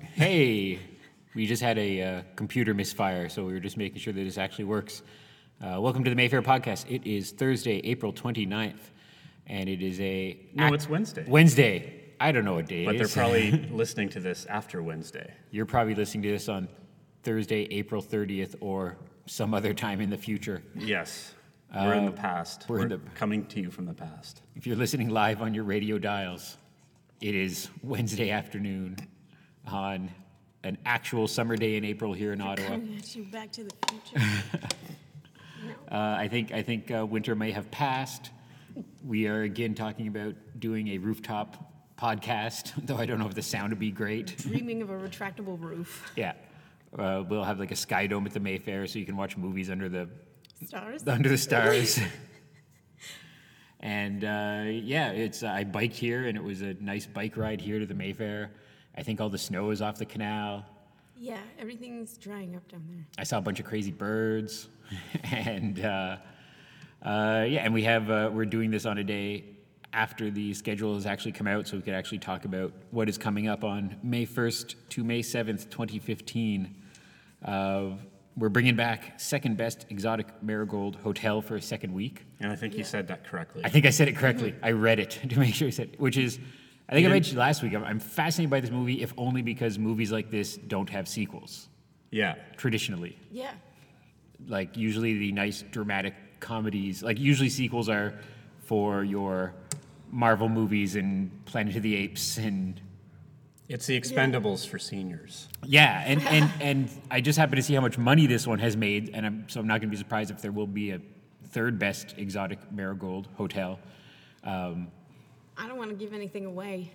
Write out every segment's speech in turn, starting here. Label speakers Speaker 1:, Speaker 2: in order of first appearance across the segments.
Speaker 1: hey, we just had a uh, computer misfire, so we were just making sure that this actually works. Uh, welcome to the Mayfair podcast. It is Thursday, April 29th, and it is a.
Speaker 2: No, it's Wednesday.
Speaker 1: Wednesday. I don't know what day it
Speaker 2: But they're
Speaker 1: is.
Speaker 2: probably listening to this after Wednesday.
Speaker 1: You're probably listening to this on Thursday, April 30th, or some other time in the future.
Speaker 2: Yes. We're in the past.
Speaker 1: Oh, we're
Speaker 2: We're,
Speaker 1: in the-
Speaker 2: coming to you from the past.
Speaker 1: If you're listening live on your radio dials, it is Wednesday afternoon on an actual summer day in April here in Ottawa.
Speaker 3: Coming at you back to the future.
Speaker 1: Uh, I think I think uh, winter may have passed. We are again talking about doing a rooftop podcast, though I don't know if the sound would be great.
Speaker 3: Dreaming of a retractable roof.
Speaker 1: Yeah, uh, we'll have like a sky dome at the Mayfair, so you can watch movies under the
Speaker 3: Stars?
Speaker 1: under the stars. and uh, yeah, it's I biked here, and it was a nice bike ride here to the Mayfair. I think all the snow is off the canal.
Speaker 3: Yeah, everything's drying up down there.
Speaker 1: I saw a bunch of crazy birds, and uh, uh, yeah, and we have uh, we're doing this on a day after the schedule has actually come out, so we could actually talk about what is coming up on May first to May seventh, twenty fifteen. Uh, we're bringing back second best exotic marigold hotel for a second week.
Speaker 2: And I think you said that correctly.
Speaker 1: I think I said it correctly. I read it to make sure I said, which is, I think I
Speaker 2: didn't-
Speaker 1: mentioned last week. I'm, I'm fascinated by this movie, if only because movies like this don't have sequels
Speaker 2: yeah.
Speaker 1: traditionally
Speaker 3: Yeah.
Speaker 1: like usually the nice dramatic comedies like usually sequels are for your marvel movies and planet of the apes and
Speaker 2: It's the expendables for seniors.
Speaker 1: yeah and and and i just happen to see how much money this one has made and i'm so i'm not going to be surprised if there will be a third best exotic marigold hotel um,
Speaker 3: I don't want to give anything away.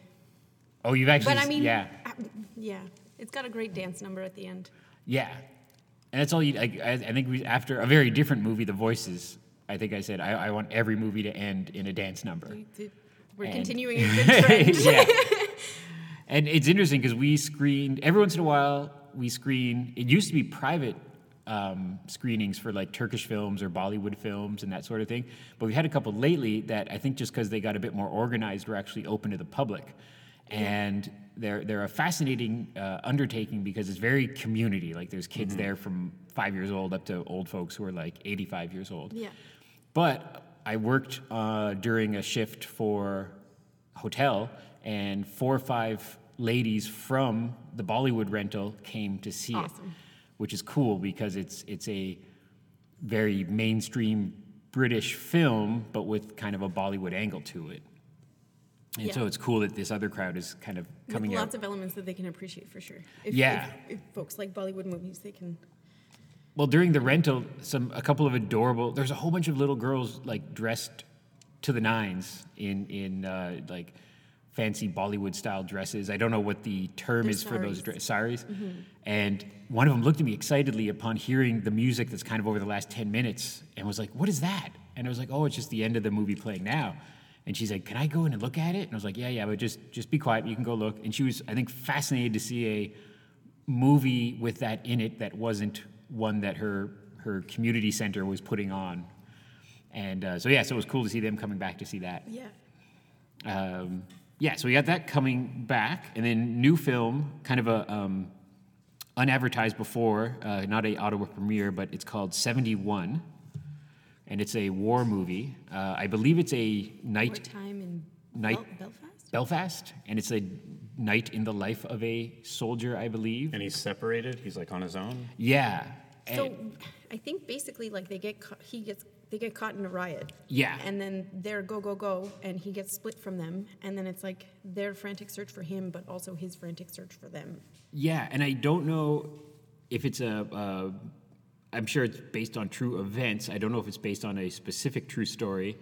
Speaker 1: oh you've actually
Speaker 3: But I
Speaker 1: s-
Speaker 3: mean,
Speaker 1: yeah
Speaker 3: I- yeah. It's got a great dance number at the end.
Speaker 1: Yeah, and that's all you. I, I I think we after a very different movie, The Voices. I think I said I, I want every movie to end in a dance number.
Speaker 3: We're
Speaker 1: And-
Speaker 3: continuing a good trend.
Speaker 1: yeah, and it's interesting because we screened every once in a while. We screen. It used to be private. Um, screenings for like Turkish films or Bollywood films and that sort of thing, but we've had a couple lately that I think just because they got a bit more organized were actually open to the public, and they're they're a fascinating uh, undertaking because it's very community. Like there's kids there from five years old up to old folks who are like 85 years old.
Speaker 3: Yeah.
Speaker 1: But I worked uh, during a shift for hotel, and four or five ladies from the Bollywood rental came to see it,
Speaker 3: Awesome.
Speaker 1: which is cool because it's it's a very mainstream British film, but with kind of a Bollywood angle to it. And
Speaker 3: Yeah.
Speaker 1: so it's cool that this other crowd is kind of coming
Speaker 3: With
Speaker 1: out.
Speaker 3: lots of elements that they can appreciate for sure. If,
Speaker 1: Yeah.
Speaker 3: If, if folks like Bollywood movies, they can.
Speaker 1: Well, during the rental, some a couple of adorable. There's a whole bunch of little girls like dressed to the nines in in uh, like fancy Bollywood style dresses. I don't know what the term
Speaker 3: They're
Speaker 1: is for those
Speaker 3: saris.
Speaker 1: dre- saris. And one of them looked at me excitedly upon hearing the music that's kind of over the last ten minutes, and was like, "What is that?" And I was like, "Oh, it's just the end of the movie playing now." And she's like, "Can I go in and look at it?" And I was like, "Yeah, yeah, but just just be quiet. You can go look." And she was, I think, fascinated to see a movie with that in it that wasn't one that her her community center was putting on. And uh, so yeah, so it was cool to see them coming back to see that.
Speaker 3: Yeah.
Speaker 1: Um, yeah, so we got that coming back, and then new film, kind of a um, unadvertised before, uh, not a Ottawa premiere, but it's called Seventy One, and it's a war movie. Uh, I believe it's a
Speaker 3: More
Speaker 1: night
Speaker 3: time in
Speaker 1: Night-
Speaker 3: Bel- Belfast?
Speaker 1: Belfast, and it's a night in the life of a soldier, I believe.
Speaker 2: And he's separated. He's like on his own.
Speaker 1: Yeah. and-
Speaker 3: So I think basically like they get caught, he gets they get caught in a riot.
Speaker 1: Yeah.
Speaker 3: And then they're go go go and he gets split from them and then it's like their frantic search for him but also his frantic search for them.
Speaker 1: Yeah, and I don't know if it's a. Uh, I'm sure it's based on true events. I don't know if it's based on a specific true story,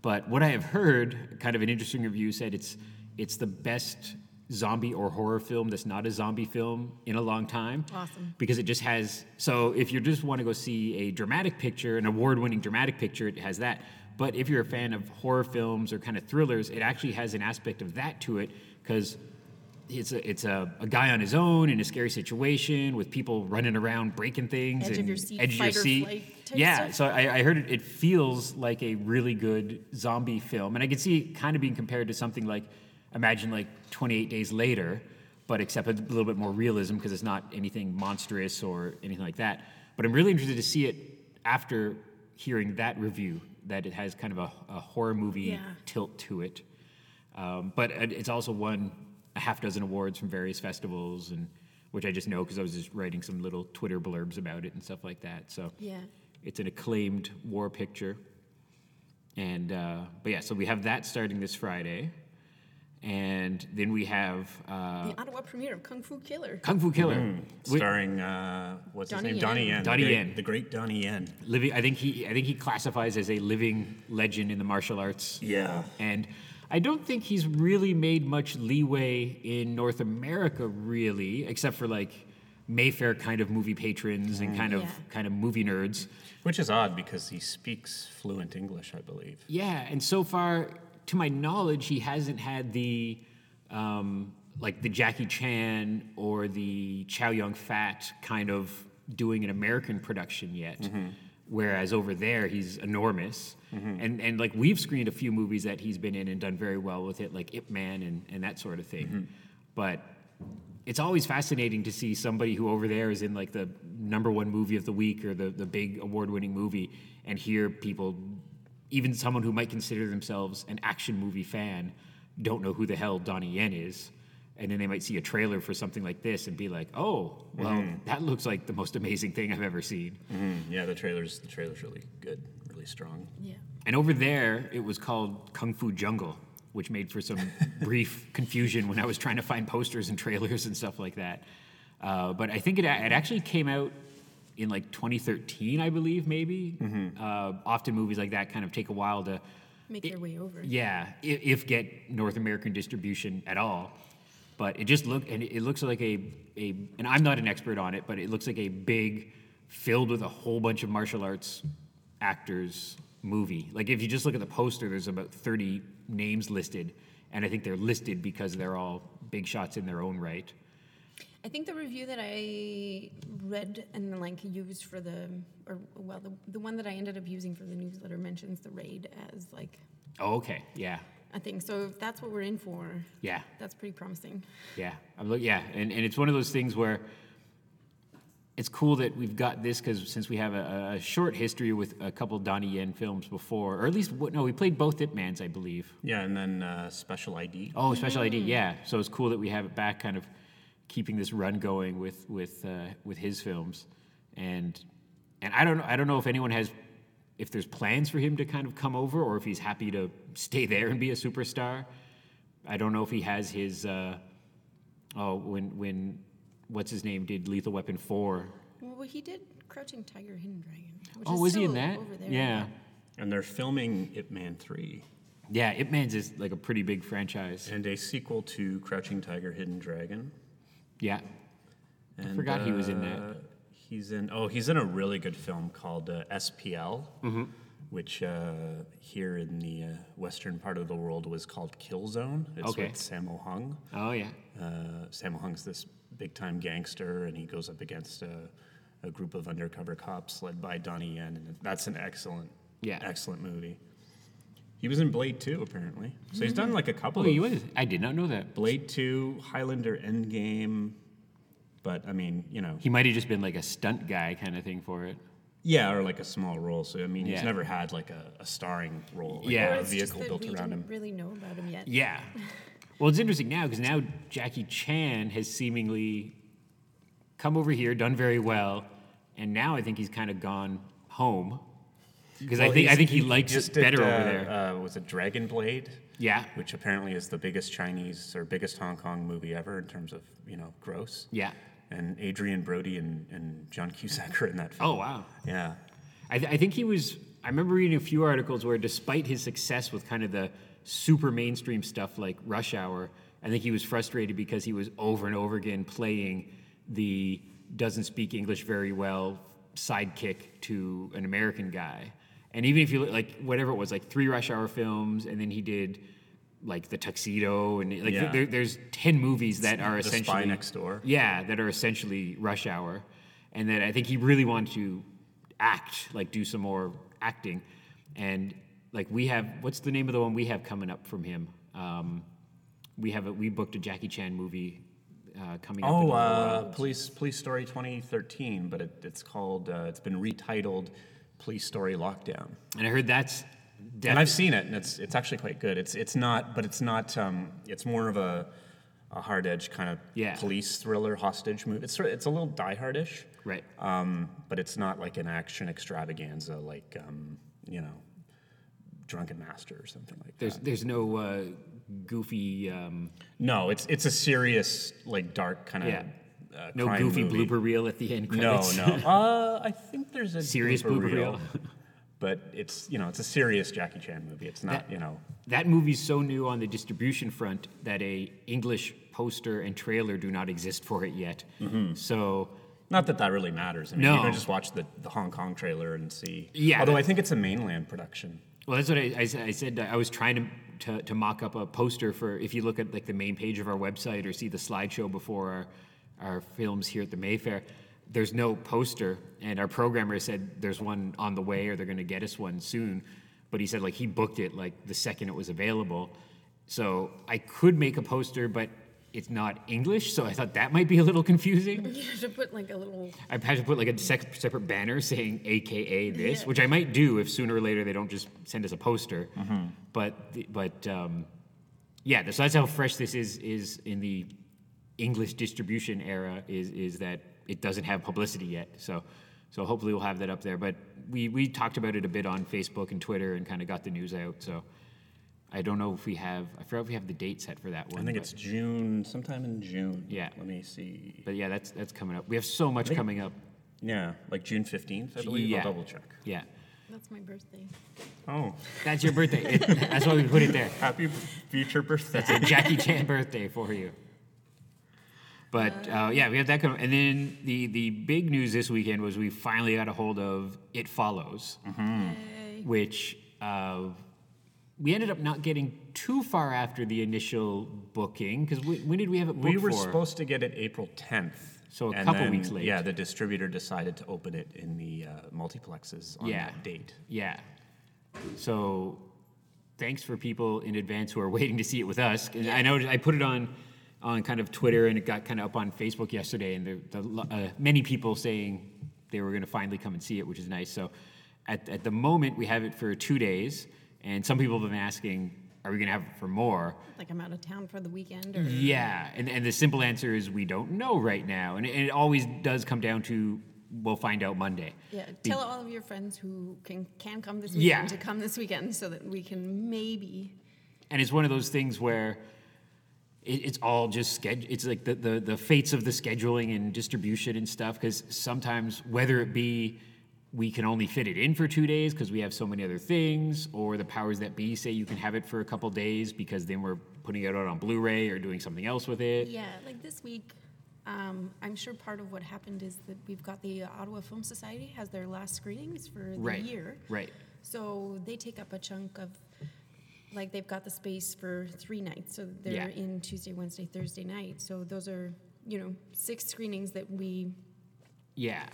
Speaker 1: but what I have heard, kind of an interesting review, said it's it's the best zombie or horror film that's not a zombie film in a long time.
Speaker 3: Awesome.
Speaker 1: Because it just has. So if you just want to go see a dramatic picture, an award-winning dramatic picture, it has that. But if you're a fan of horror films or kind of thrillers, it actually has an aspect of that to it because it's a, it's a, a guy on his own in a scary situation with people running around breaking things
Speaker 3: Edge of
Speaker 1: and
Speaker 3: your seat,
Speaker 1: edge of your
Speaker 3: fight or
Speaker 1: seat.
Speaker 3: flight type
Speaker 1: yeah,
Speaker 3: stuff.
Speaker 1: so I, I heard it, it feels like a really good zombie film, and I could see it kind of being compared to something like imagine like 28 Days Later, but except with a little bit more realism because it's not anything monstrous or anything like that. But I'm really interested to see it after hearing that review that it has kind of a, a horror movie
Speaker 3: Yeah.
Speaker 1: tilt to it. Um, but it- it's also won a half dozen awards from various festivals, and which I just know because I was just writing some little Twitter blurbs about it and stuff like that. So
Speaker 3: Yeah.
Speaker 1: it's an acclaimed war picture. And uh, but yeah, so we have that starting this Friday, and then we have uh,
Speaker 3: the Ottawa premiere of Kung Fu Killer.
Speaker 1: Kung Fu Killer.
Speaker 2: Mm-hmm.
Speaker 1: Wi-
Speaker 2: Starring uh, what's
Speaker 3: Donnie
Speaker 2: his name? Donnie Yen. the
Speaker 3: Yen.
Speaker 1: Donnie
Speaker 2: great-
Speaker 1: Yen.
Speaker 2: The great Donnie Yen.
Speaker 1: living, I think he I think he classifies as a living legend in the martial arts.
Speaker 2: Yeah.
Speaker 1: And I don't think he's really made much leeway in North America, really, except for like Mayfair kind of movie patrons and kind of
Speaker 3: Yeah.
Speaker 1: kind of movie nerds.
Speaker 2: Which is odd because he speaks fluent English, I believe.
Speaker 1: Yeah, and so far, to my knowledge, he hasn't had the um, like the Jackie Chan or the Chow Yun Fat kind of doing an American production yet. Whereas over there, he's enormous, and and like we've screened a few movies that he's been in and done very well with it, like Ip Man and and that sort of thing. But it's always fascinating to see somebody who over there is in like the number one movie of the week or the, the big award winning movie and hear people, even someone who might consider themselves an action movie fan, don't know who the hell Donnie Yen is. And then they might see a trailer for something like this and be like, oh, well, that looks like the most amazing thing I've ever seen.
Speaker 2: Mm, yeah, the trailer's the trailer's really good, really strong.
Speaker 3: Yeah.
Speaker 1: And over there, it was called Kung Fu Jungle, which made for some brief confusion when I was trying to find posters and trailers and stuff like that. Uh, but I think it, a- it actually came out in like 2013, I believe, maybe. Uh, often movies like that kind of take a while to,
Speaker 3: Make their way over.
Speaker 1: yeah, i- if get North American distribution at all. But it just looked, and it it looks like a, a, and I'm not an expert on it, but it looks like a big, filled with a whole bunch of martial arts actors movie. Like if you just look at the poster, there's about 30 names listed, and I think they're listed because they're all big shots in their own right.
Speaker 3: I think the review that I read and then like used for the, or well, the, the one that I ended up using for the newsletter mentions the raid as like
Speaker 1: Oh, okay, yeah,
Speaker 3: a thing. So if that's what we're in for,
Speaker 1: yeah.
Speaker 3: that's pretty promising.
Speaker 1: Yeah, I'm look. Yeah, and, and it's one of those things where it's cool that we've got this because since we have a, a short history with a couple Donnie Yen films before, or at least what- no, we played both Ip Mans, I believe.
Speaker 2: Yeah, and then uh, Special ID.
Speaker 1: Oh, Special ID.
Speaker 3: Mm.
Speaker 1: Yeah, so it's cool that we have it back, kind of keeping this run going with with uh, with his films, and and I don't know- I don't know if anyone has if there's plans for him to kind of come over or if he's happy to stay there and be a superstar. I don't know if he has his. Uh, Oh, when when what's his name did Lethal Weapon four?
Speaker 3: Well, he did Crouching Tiger, Hidden Dragon. Which
Speaker 1: Oh,
Speaker 3: is
Speaker 1: was he in
Speaker 3: still
Speaker 1: that?
Speaker 3: Over there.
Speaker 1: Yeah,
Speaker 2: And they're filming Ip Man 3
Speaker 1: yeah. Ip Man's is like a pretty big franchise.
Speaker 2: and a sequel to Crouching Tiger, Hidden Dragon.
Speaker 1: Yeah,
Speaker 2: And,
Speaker 1: forgot he was in that.
Speaker 2: uh, He's in, oh, he's in a really good film called uh, SPL,
Speaker 1: Mm-hmm.
Speaker 2: which uh, here in the uh, western part of the world was called Kill Zone. It's
Speaker 1: Okay.
Speaker 2: with Sammo Hung.
Speaker 1: Oh yeah.
Speaker 2: Uh, Sammo Hung's this big time gangster, and he goes up against a, a group of undercover cops led by Donnie Yen. And that's an excellent,
Speaker 1: Yeah.
Speaker 2: excellent movie. He was in Blade 2, apparently. So he's done like a couple
Speaker 1: Oh,
Speaker 2: of
Speaker 1: he was. I did not know that.
Speaker 2: Blade 2, Highlander Endgame. But I mean, you know,
Speaker 1: He might have just been like a stunt guy kind of thing for it.
Speaker 2: yeah, or like a small role. So I mean,
Speaker 1: Yeah.
Speaker 2: he's never had like a, a starring role, like,
Speaker 1: Yeah. Or
Speaker 2: or a
Speaker 1: it's
Speaker 3: It's just
Speaker 2: vehicle
Speaker 3: that
Speaker 2: built
Speaker 3: we
Speaker 2: around
Speaker 3: didn't
Speaker 2: him.
Speaker 3: really know about him yet.
Speaker 1: Yeah. Well, it's interesting now because now Jackie Chan has seemingly come over here, done very well, and now I think he's kind of gone home because I
Speaker 2: Well,
Speaker 1: think I
Speaker 2: he's-
Speaker 1: think he, likes
Speaker 2: just
Speaker 1: it
Speaker 2: did,
Speaker 1: better
Speaker 2: uh,
Speaker 1: over there.
Speaker 2: Uh, was it Dragon Blade?
Speaker 1: yeah.
Speaker 2: Which apparently is the biggest Chinese or biggest Hong Kong movie ever in terms of you know gross.
Speaker 1: Yeah.
Speaker 2: And Adrian Brody and, and John Cusack are in that film.
Speaker 1: Oh wow.
Speaker 2: Yeah.
Speaker 1: I, th- I think he was. I remember reading a few articles where, despite his success with kind of the super mainstream stuff like Rush Hour, I think he was frustrated because he was over and over again playing the doesn't speak English very well sidekick to an American guy. And even if you look like whatever it was, like three Rush Hour films, and then he did like the Tuxedo, and like
Speaker 2: Yeah.
Speaker 1: there, there's ten movies that are
Speaker 2: The Spy
Speaker 1: essentially
Speaker 2: Next Door.
Speaker 1: yeah, that are essentially rush hour, and that I think he really wanted to act, like do some more acting, and like we have what's the name of the one we have coming up from him? Um, we have a, we booked a Jackie Chan movie uh, coming up? in
Speaker 2: Oh,
Speaker 1: a little
Speaker 2: uh,
Speaker 1: while?
Speaker 2: police police story 2013, but it, it's called. Uh, it's been retitled "Police Story Lockdown,"
Speaker 1: and I heard that's
Speaker 2: and
Speaker 1: definitely
Speaker 2: uh, I've seen it, and it's it's actually quite good. It's it's not, but it's not. Um, it's more of a a hard edge kind of
Speaker 1: Yeah.
Speaker 2: police thriller hostage movie. It's sort of- it's a little Die Hard ish,
Speaker 1: right.
Speaker 2: um, but it's not like an action extravaganza like um, you know, Drunken Master or something like that.
Speaker 1: There's there's no uh, goofy um,
Speaker 2: No, it's it's a serious like dark kind of
Speaker 1: yeah,
Speaker 2: uh,
Speaker 1: no
Speaker 2: crime
Speaker 1: goofy
Speaker 2: movie.
Speaker 1: blooper reel at the end
Speaker 2: No,
Speaker 1: credits.
Speaker 2: no. Uh, I think there's a
Speaker 1: Serious blooper reel.
Speaker 2: but it's you know it's a serious Jackie Chan movie. It's not
Speaker 1: That-
Speaker 2: you know
Speaker 1: That movie's so new on the distribution front that a English poster and trailer do not exist for it yet. So
Speaker 2: not that that really matters. I mean, you
Speaker 1: No.
Speaker 2: can just watch the, the Hong Kong trailer and see.
Speaker 1: Yeah,
Speaker 2: Although
Speaker 1: that-
Speaker 2: I think it's a mainland production.
Speaker 1: Well, that's what I, I, said- I said. I was trying to, to to mock up a poster for if you look at like the main page of our website or see the slideshow before our, our films here at the Mayfair. There's no poster, and our programmer said there's one on the way or they're going to get us one soon. But he said like he booked it like the second it was available, so I could make a poster, but it's not English, so I thought that might be a little confusing.
Speaker 3: You have to put like a little.
Speaker 1: I've had to put like a sec- separate banner saying AKA this, which I might do if sooner or later they don't just send us a poster. But the, but um, yeah, so that's how fresh this is is in the English distribution era is is that it doesn't have publicity yet. So so hopefully we'll have that up there. But we we talked about it a bit on Facebook and Twitter and kind of got the news out. So I don't know if we have I forgot if we have the date set for that one.
Speaker 2: I think
Speaker 1: but,
Speaker 2: it's June, sometime in June.
Speaker 1: Yeah.
Speaker 2: Let me see.
Speaker 1: but yeah, that's that's coming up. We have so much coming up.
Speaker 2: Yeah, like June fifteenth, I believe.
Speaker 1: Yeah.
Speaker 2: I'll double check.
Speaker 1: Yeah.
Speaker 3: That's my birthday.
Speaker 2: Oh,
Speaker 1: That's your birthday. It- that's why we put it there.
Speaker 2: happy future birthday.
Speaker 1: It's a Jackie Chan birthday for you. But uh, yeah, we have that coming. And then the the big news this weekend was we finally got a hold of It Follows,
Speaker 3: Yay.
Speaker 1: which uh, we ended up not getting too far after the initial booking because when did we have it booked
Speaker 2: We were
Speaker 1: for?
Speaker 2: supposed to get it April 10th.
Speaker 1: So a
Speaker 2: and
Speaker 1: couple
Speaker 2: then,
Speaker 1: weeks late.
Speaker 2: Yeah, the distributor decided to open it in the uh, multiplexes on
Speaker 1: Yeah.
Speaker 2: that date.
Speaker 1: Yeah. So thanks for people in advance who are waiting to see it with us. And I know I put it on on kind of Twitter and it got kind of up on Facebook yesterday, and there the, lo- uh, many people saying they were going to finally come and see it, which is nice. So at, at the moment, we have it for two days, and some people have been asking, are we going to have it for more?
Speaker 3: Like I'm out of town for the weekend. Or,
Speaker 1: Yeah, and, and the simple answer is we don't know right now. And, and it always does come down to we'll find out Monday.
Speaker 3: Yeah,
Speaker 1: Be-
Speaker 3: tell all of your friends who can can come this weekend
Speaker 1: Yeah.
Speaker 3: to come this weekend so that we can maybe.
Speaker 1: and it's one of those things where it, it's all just schedule. It's like the, the the fates of the scheduling and distribution and stuff. Because sometimes, whether it be we can only fit it in for two days because we have so many other things, or the powers that be say you can have it for a couple days because then we're putting it out on Blu-ray or doing something else with it.
Speaker 3: Yeah, like this week. Um, I'm sure part of what happened is that we've got the Ottawa Film Society has their last screenings for the
Speaker 1: Right.
Speaker 3: year.
Speaker 1: Right.
Speaker 3: So they take up a chunk of, like they've got the space for three nights. So they're
Speaker 1: Yeah.
Speaker 3: in Tuesday, Wednesday, Thursday night. So those are you know six screenings that we
Speaker 1: Yeah.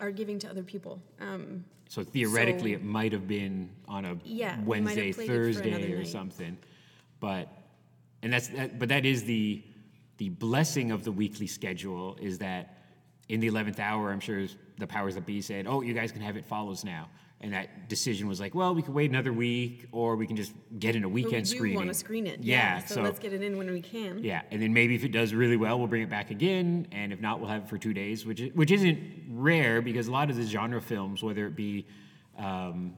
Speaker 3: are giving to other people. Um,
Speaker 1: So theoretically,
Speaker 3: So-
Speaker 1: it might have been on a
Speaker 3: Yeah, we might have
Speaker 1: Wednesday,
Speaker 3: played it for
Speaker 1: Thursday,
Speaker 3: another
Speaker 1: or
Speaker 3: night.
Speaker 1: something. But and that's that, but that is the the blessing of the weekly schedule is that in the eleventh hour, I'm sure the powers that be said, "Oh, you guys can have it follows now." And that decision was like, "Well, we can wait another week, or we can just get in a
Speaker 3: but we
Speaker 1: weekend
Speaker 3: do
Speaker 1: screening."
Speaker 3: want to screen it. so, let's get it in when we can.
Speaker 1: yeah, and then maybe if it does really well, we'll bring it back again, and if not, we'll have it for two days, which is, which isn't rare because a lot of the genre films, whether it be um,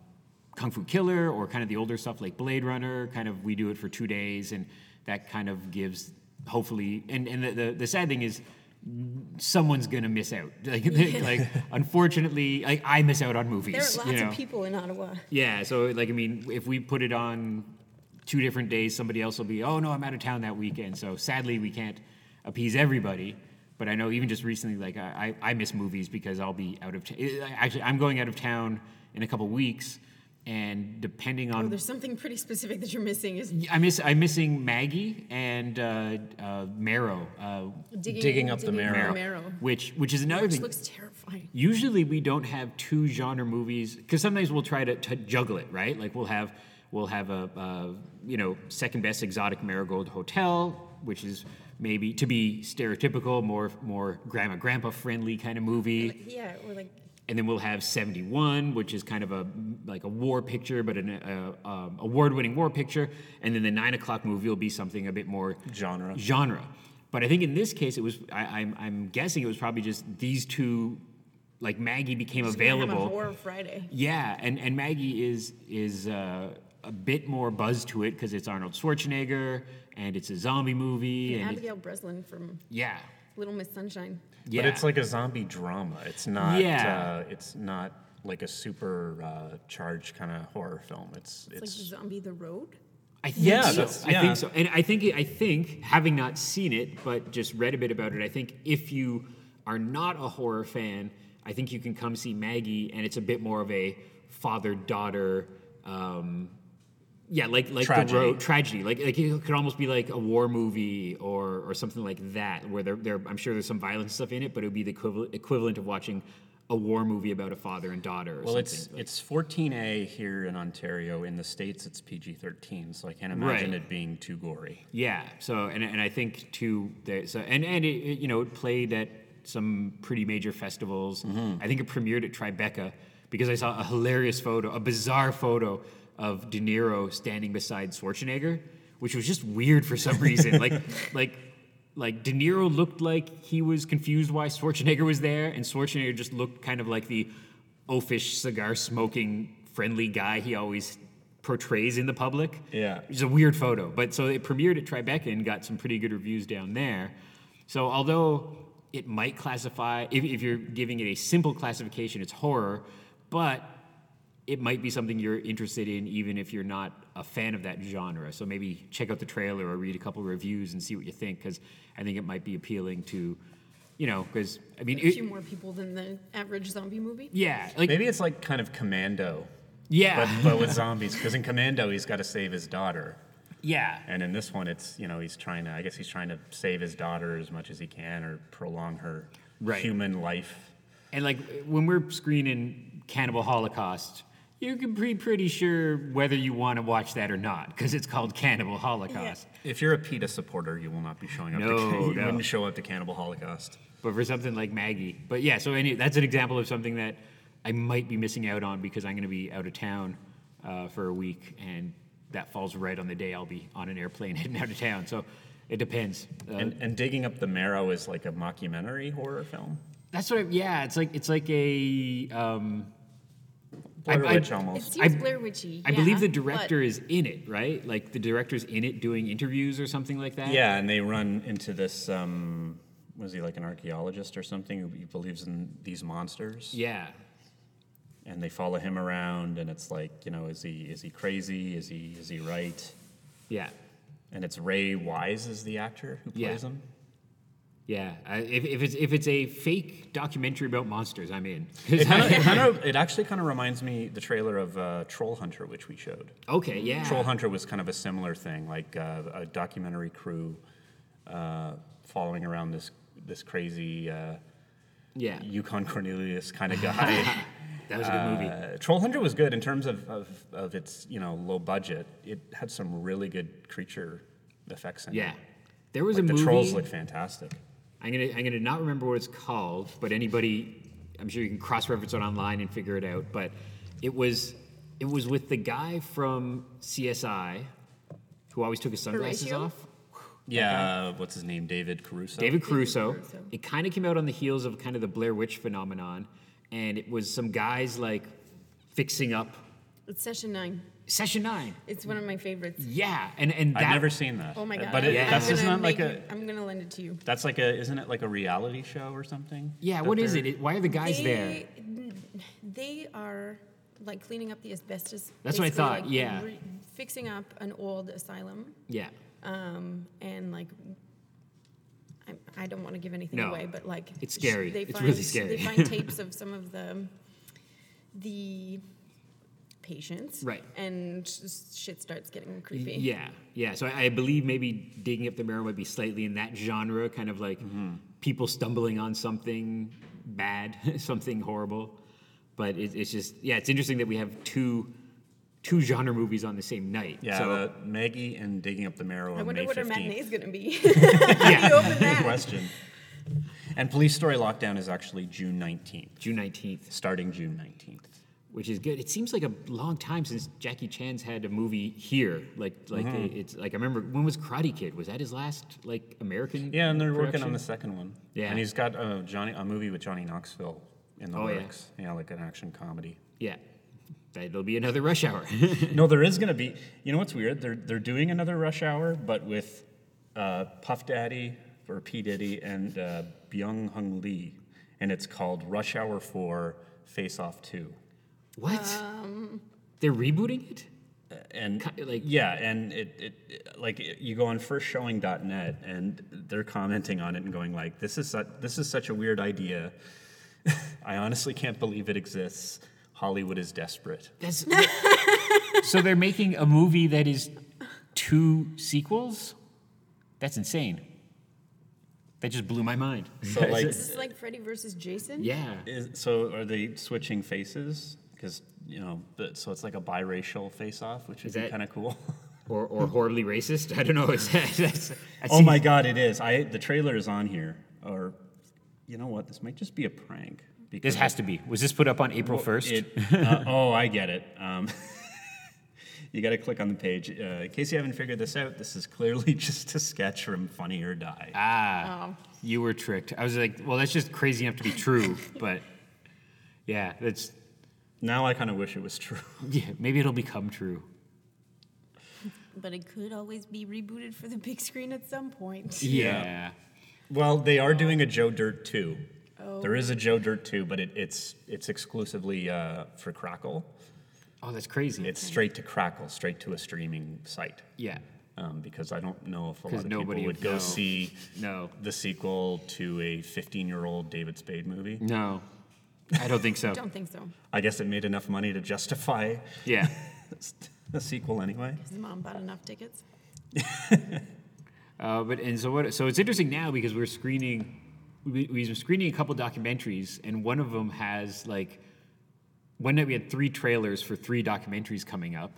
Speaker 1: Kung Fu Killer or kind of the older stuff like Blade Runner, kind of we do it for two days, and that kind of gives hopefully. And and the the, the sad thing is. Someone's gonna miss out. Like, like unfortunately, like I miss out on movies.
Speaker 3: There are lots
Speaker 1: you know?
Speaker 3: of people in Ottawa.
Speaker 1: Yeah, so like I mean, if we put it on two different days, somebody else will be, oh no, I'm out of town that weekend. So sadly, we can't appease everybody. But I know even just recently, like I, I I miss movies because I'll be out of t- eh, actually I'm going out of town in a couple weeks, and depending
Speaker 3: Oh,
Speaker 1: on
Speaker 3: there's something pretty specific that you're missing. Is
Speaker 1: I miss I'm missing Maggie and uh, uh, Marrow, uh,
Speaker 3: digging,
Speaker 2: Digging up the marrow.
Speaker 1: which which is another
Speaker 3: which
Speaker 1: thing.
Speaker 3: looks terrifying.
Speaker 1: usually we don't have two genre movies because sometimes we'll try to, to juggle it right like we'll have we'll have a, uh you know second best exotic marigold hotel which is maybe to be stereotypical, more more grandma grandpa friendly kind of movie
Speaker 3: Yeah, or like
Speaker 1: and then we'll have 71 which is kind of a like a war picture but an uh, um, award-winning war picture and then the 9 o'clock movie will be something a bit more
Speaker 2: Genre.
Speaker 1: genre but i think in this case it was I, I'm, I'm guessing it was probably just these two like maggie became
Speaker 3: just gonna have a
Speaker 1: available
Speaker 3: horror Friday.
Speaker 1: yeah, and, and Maggie is is uh, a bit more buzz to it because it's Arnold Schwarzenegger and it's a zombie movie and it-
Speaker 3: Abigail Breslin from
Speaker 1: yeah,
Speaker 3: Little Miss Sunshine.
Speaker 1: yeah.
Speaker 2: But it's like a zombie drama. It's not.
Speaker 1: Yeah.
Speaker 2: Uh, it's not like a super uh, charged kind of horror film. It's
Speaker 3: It's,
Speaker 2: it's.
Speaker 3: like Zombie the Road.
Speaker 1: I think
Speaker 2: Yeah,
Speaker 1: so.
Speaker 2: that's-
Speaker 1: I
Speaker 2: yeah.
Speaker 1: think so. And I think I think having not seen it but just read a bit about it, I think if you are not a horror fan, I think you can come see Maggie, and it's a bit more of a father daughter. Um, yeah, like like
Speaker 2: Tragedy.
Speaker 1: the road tragedy. Like like it could almost be like a war movie or or something like that, where there there I'm sure there's some violence stuff in it, but it would be the equivalent equivalent of watching a war movie about a father and daughter. Or
Speaker 2: well,
Speaker 1: something.
Speaker 2: it's it's 14A here in Ontario. In the states, it's PG-13, so I can't imagine
Speaker 1: Right.
Speaker 2: it being too gory.
Speaker 1: Yeah. So and and I think too. There, so and and it, it, you know it played at some pretty major festivals. I think it premiered at Tribeca because I saw a hilarious photo, a bizarre photo of De Niro standing beside Schwarzenegger, which was just weird for some reason. like like. Like De Niro looked like he was confused why Schwarzenegger was there, and Schwarzenegger just looked kind of like the oafish cigar smoking friendly guy he always portrays in the public.
Speaker 2: Yeah.
Speaker 1: It's a weird photo, but so it premiered at Tribeca and got some pretty good reviews down there. So although it might classify, if, if you're giving it a simple classification, it's horror, but it might be something you're interested in even if you're not a fan of that genre. So maybe check out the trailer or read a couple reviews and see what you think, because I think it might be appealing to, you know, because I mean,
Speaker 3: A
Speaker 1: it-
Speaker 3: few more people than the average zombie movie.
Speaker 1: yeah, like
Speaker 2: Maybe it's like kind of Commando,
Speaker 1: yeah,
Speaker 2: but but with zombies. Because in Commando, he's got to save his daughter,
Speaker 1: yeah.
Speaker 2: and in this one, it's you know he's trying to. I guess he's trying to save his daughter as much as he can or prolong her
Speaker 1: Right.
Speaker 2: human life.
Speaker 1: And like when we're screening Cannibal Holocaust, you can be pretty sure whether you want to watch that or not because it's called Cannibal Holocaust.
Speaker 2: If you're a PETA supporter, you will not be showing up. to,
Speaker 1: No,
Speaker 2: you
Speaker 1: no.
Speaker 2: wouldn't show up to Cannibal Holocaust.
Speaker 1: But for something like Maggie, but yeah, so any, that's an example of something that I might be missing out on because I'm going to be out of town uh, for a week, and that falls right on the day I'll be on an airplane heading out of town. So it depends. Uh,
Speaker 2: And, and digging up the marrow is like a mockumentary horror film.
Speaker 1: that's what. I, yeah, it's like it's like a. Um, I-
Speaker 2: Blair
Speaker 1: I-
Speaker 2: Witch
Speaker 3: It
Speaker 2: almost.
Speaker 3: seems
Speaker 1: I-
Speaker 3: Blair Witchy.
Speaker 1: I
Speaker 3: yeah,
Speaker 1: believe the
Speaker 3: but-
Speaker 1: director is in it, right? Like the director's in it doing interviews or something like that.
Speaker 2: Yeah, and they run into this. Um, was he like an archaeologist or something who he believes in these monsters?
Speaker 1: Yeah.
Speaker 2: And they follow him around, and it's like, you know, is he is he crazy? Is he is he right?
Speaker 1: Yeah.
Speaker 2: And it's Ray Wise is the actor who
Speaker 1: Yeah.
Speaker 2: plays him.
Speaker 1: Yeah. I, if, if it's if it's a fake documentary about monsters, I'm in. 'Cause
Speaker 2: It,
Speaker 1: I-
Speaker 2: kinda, it, kinda, it actually kind of reminds me the trailer of uh, Troll Hunter, which we showed.
Speaker 1: okay. Yeah.
Speaker 2: Troll Hunter was kind of a similar thing, like uh, a documentary crew uh, following around this this crazy uh,
Speaker 1: Yeah.
Speaker 2: Yukon Cornelius kind of guy.
Speaker 1: That was a good movie.
Speaker 2: Uh, Troll Hunter was good in terms of, of, of its you know low budget. It had some really good creature effects in
Speaker 1: Yeah.
Speaker 2: it.
Speaker 1: There was
Speaker 2: Like
Speaker 1: a
Speaker 2: the
Speaker 1: movie.
Speaker 2: trolls look fantastic.
Speaker 1: I'm gonna I'm gonna not remember what it's called, but anybody, I'm sure you can cross reference it online and figure it out. But it was it was with the guy from CSI, who always took his sunglasses
Speaker 3: Horatio?
Speaker 1: off.
Speaker 2: Yeah, uh, what's his name? David Caruso.
Speaker 1: David Caruso.
Speaker 3: Caruso.
Speaker 1: It kind of came out on the heels of kind of the Blair Witch phenomenon, and it was some guys like fixing up
Speaker 3: It's Session Nine.
Speaker 1: Session Nine.
Speaker 3: It's one of my favorites.
Speaker 1: Yeah, and and that,
Speaker 2: I've never seen that. Uh,
Speaker 3: Oh my god!
Speaker 2: But it,
Speaker 1: Yeah.
Speaker 2: that's
Speaker 3: I'm
Speaker 2: just
Speaker 3: gonna
Speaker 2: not like
Speaker 3: make
Speaker 2: a.
Speaker 3: you- I'm gonna lend it to you.
Speaker 2: That's like a. Isn't it like a reality show or something?
Speaker 1: Yeah,
Speaker 2: that
Speaker 1: what is
Speaker 2: they're-
Speaker 1: it? It- Why are the guys there?
Speaker 3: they, They are like cleaning up the asbestos.
Speaker 1: That's what I
Speaker 3: basically,
Speaker 1: thought,
Speaker 3: like,
Speaker 1: yeah.
Speaker 3: fixing up an old asylum,
Speaker 1: Yeah,
Speaker 3: um, and like. I- I don't want to give anything
Speaker 1: No.
Speaker 3: away, but like
Speaker 1: It's
Speaker 3: sh-
Speaker 1: scary.
Speaker 3: They
Speaker 1: It's
Speaker 3: find,
Speaker 1: really scary.
Speaker 3: They find tapes of some of the the patients,
Speaker 1: Right.
Speaker 3: And just shit starts getting creepy.
Speaker 1: yeah, yeah. So I, I believe maybe digging up the mirror might be slightly in that genre, kind of like
Speaker 2: Mm-hmm.
Speaker 1: people stumbling on something bad, something horrible. But it, it's just yeah, it's interesting that we have two two genre movies on the same night.
Speaker 2: Yeah,
Speaker 1: So,
Speaker 2: uh, Maggie and Digging Up the Marrow
Speaker 3: I
Speaker 2: on
Speaker 3: wonder
Speaker 2: May
Speaker 3: what our
Speaker 2: 15th.
Speaker 3: matinee's going to be. How do you open
Speaker 2: Good
Speaker 3: that?
Speaker 2: question. And Police Story Lockdown is actually June 19th,
Speaker 1: June 19th,
Speaker 2: starting June 19th.
Speaker 1: which is good. It seems like a long time since Jackie Chan's had a movie here. Like, like they- it's like I remember when was Karate Kid? Was that his last like American?
Speaker 2: Yeah, and they're working
Speaker 1: production?
Speaker 2: on the second one.
Speaker 1: Yeah.
Speaker 2: And he's got a, Johnny, a movie with Johnny Knoxville in the
Speaker 1: Oh, yeah.
Speaker 2: works. Yeah. like an action comedy.
Speaker 1: Yeah, there'll be another Rush Hour.
Speaker 2: no, there is going to be. You know what's weird? They're, they're doing another Rush Hour, but with uh, Puff Daddy or P. Diddy and uh, Byung Hung Lee. And it's called Rush Hour 4 Face Off 2.
Speaker 1: what? They're rebooting it?
Speaker 2: and
Speaker 1: Ki- like-
Speaker 2: yeah and it, it, it- like it- you go on firstshowing.net and they're commenting on it and going like this is su- this is such a weird idea i honestly can't believe it exists hollywood is desperate
Speaker 1: That's so they're making a movie that is two sequels. That's insane. That just blew my mind.
Speaker 2: so like
Speaker 3: Is this like Freddy versus Jason?
Speaker 1: Yeah.
Speaker 2: is, so are they switching faces because you know but, so it's like a biracial face off which would
Speaker 1: Is
Speaker 2: be
Speaker 1: that-
Speaker 2: kind of cool
Speaker 1: Or, or horribly racist. I don't know. Is that, that's, that
Speaker 2: oh
Speaker 1: seems-
Speaker 2: my god it is i the trailer is on here or you know what this might just be a prank
Speaker 1: This
Speaker 2: because
Speaker 1: has to be. Was this put up on April
Speaker 2: Well,
Speaker 1: first?
Speaker 2: it- uh, oh, I get it. Um, you got to click on the page. Uh, in case you haven't figured this out, this is clearly just a sketch from Funny or Die.
Speaker 1: ah, you were tricked. I was like, well, that's just crazy enough to be true, but yeah, that's
Speaker 2: Now I kind of wish it was true.
Speaker 1: yeah. Maybe it'll become true.
Speaker 3: But it could always be rebooted for the big screen at some point.
Speaker 2: Yeah.
Speaker 1: yeah.
Speaker 2: Well, they are doing a Joe Dirt 2.
Speaker 3: Oh.
Speaker 2: There is a Joe Dirt 2, but it, it's it's exclusively uh, for Crackle.
Speaker 1: Oh, that's crazy.
Speaker 2: It's straight to Crackle, straight to a streaming site.
Speaker 1: yeah.
Speaker 2: Um, because I don't know if a
Speaker 1: 'Cause
Speaker 2: lot of
Speaker 1: nobody
Speaker 2: people would
Speaker 1: would
Speaker 2: go
Speaker 1: know.
Speaker 2: see
Speaker 1: No.
Speaker 2: the sequel to a 15-year-old David Spade movie.
Speaker 1: No. I don't think so.
Speaker 3: Don't think so.
Speaker 2: I guess it made enough money to justify
Speaker 1: Yeah.
Speaker 2: a sequel anyway.
Speaker 3: His mom bought enough tickets.
Speaker 1: Uh, but and so what? So it's interesting now because we're screening, we, we've been screening a couple documentaries, and one of them has like, one night we had three trailers for three documentaries coming up,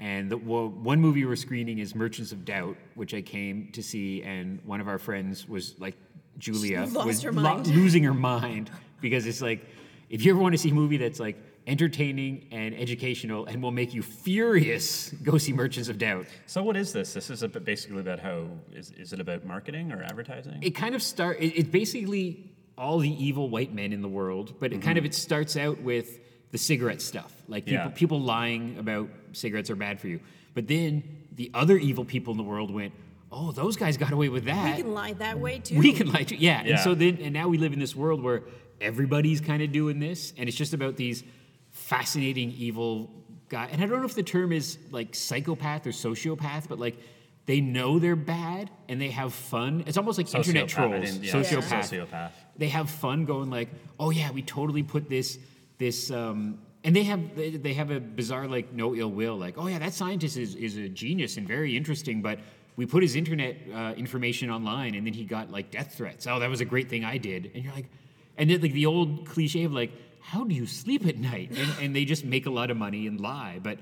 Speaker 1: and the well, one movie we're screening is Merchants of Doubt, which I came to see, and one of our friends was like, Julia
Speaker 3: She lost
Speaker 1: was
Speaker 3: her
Speaker 1: lo-
Speaker 3: mind.
Speaker 1: losing her mind because it's like, if you ever want to see a movie that's like entertaining and educational and will make you furious, go see Merchants of Doubt.
Speaker 2: So what is this? This is a, bit basically about how is, is it about marketing or advertising?
Speaker 1: it kind of start it, it's basically all the evil white men in the world but it kind of it starts out with the cigarette stuff like people,
Speaker 2: Yeah.
Speaker 1: people lying about cigarettes are bad for you but then the other evil people in the world went oh those guys got away with
Speaker 3: We
Speaker 1: that
Speaker 3: can lie that way too.
Speaker 1: we can lie to yeah.
Speaker 2: Yeah.
Speaker 1: And so then and now we live in this world where everybody's kind of doing this and it's just about these fascinating evil guy and I don't know if the term is like psychopath or sociopath, but like they know they're bad and they have fun. It's almost like internet
Speaker 2: Sociopath, I
Speaker 1: trolls.
Speaker 2: didn't- yeah,
Speaker 1: Sociopath.
Speaker 2: Sociopath.
Speaker 1: They have fun going like, oh yeah, we totally put this this um and they have they they have a bizarre like no ill will like oh yeah that scientist is, is a genius and very interesting but we put his internet uh, information online and then he got like death threats oh that was a great thing I did and you're like and then like the old cliche of like how do you sleep at night and, and they just make a lot of money and lie but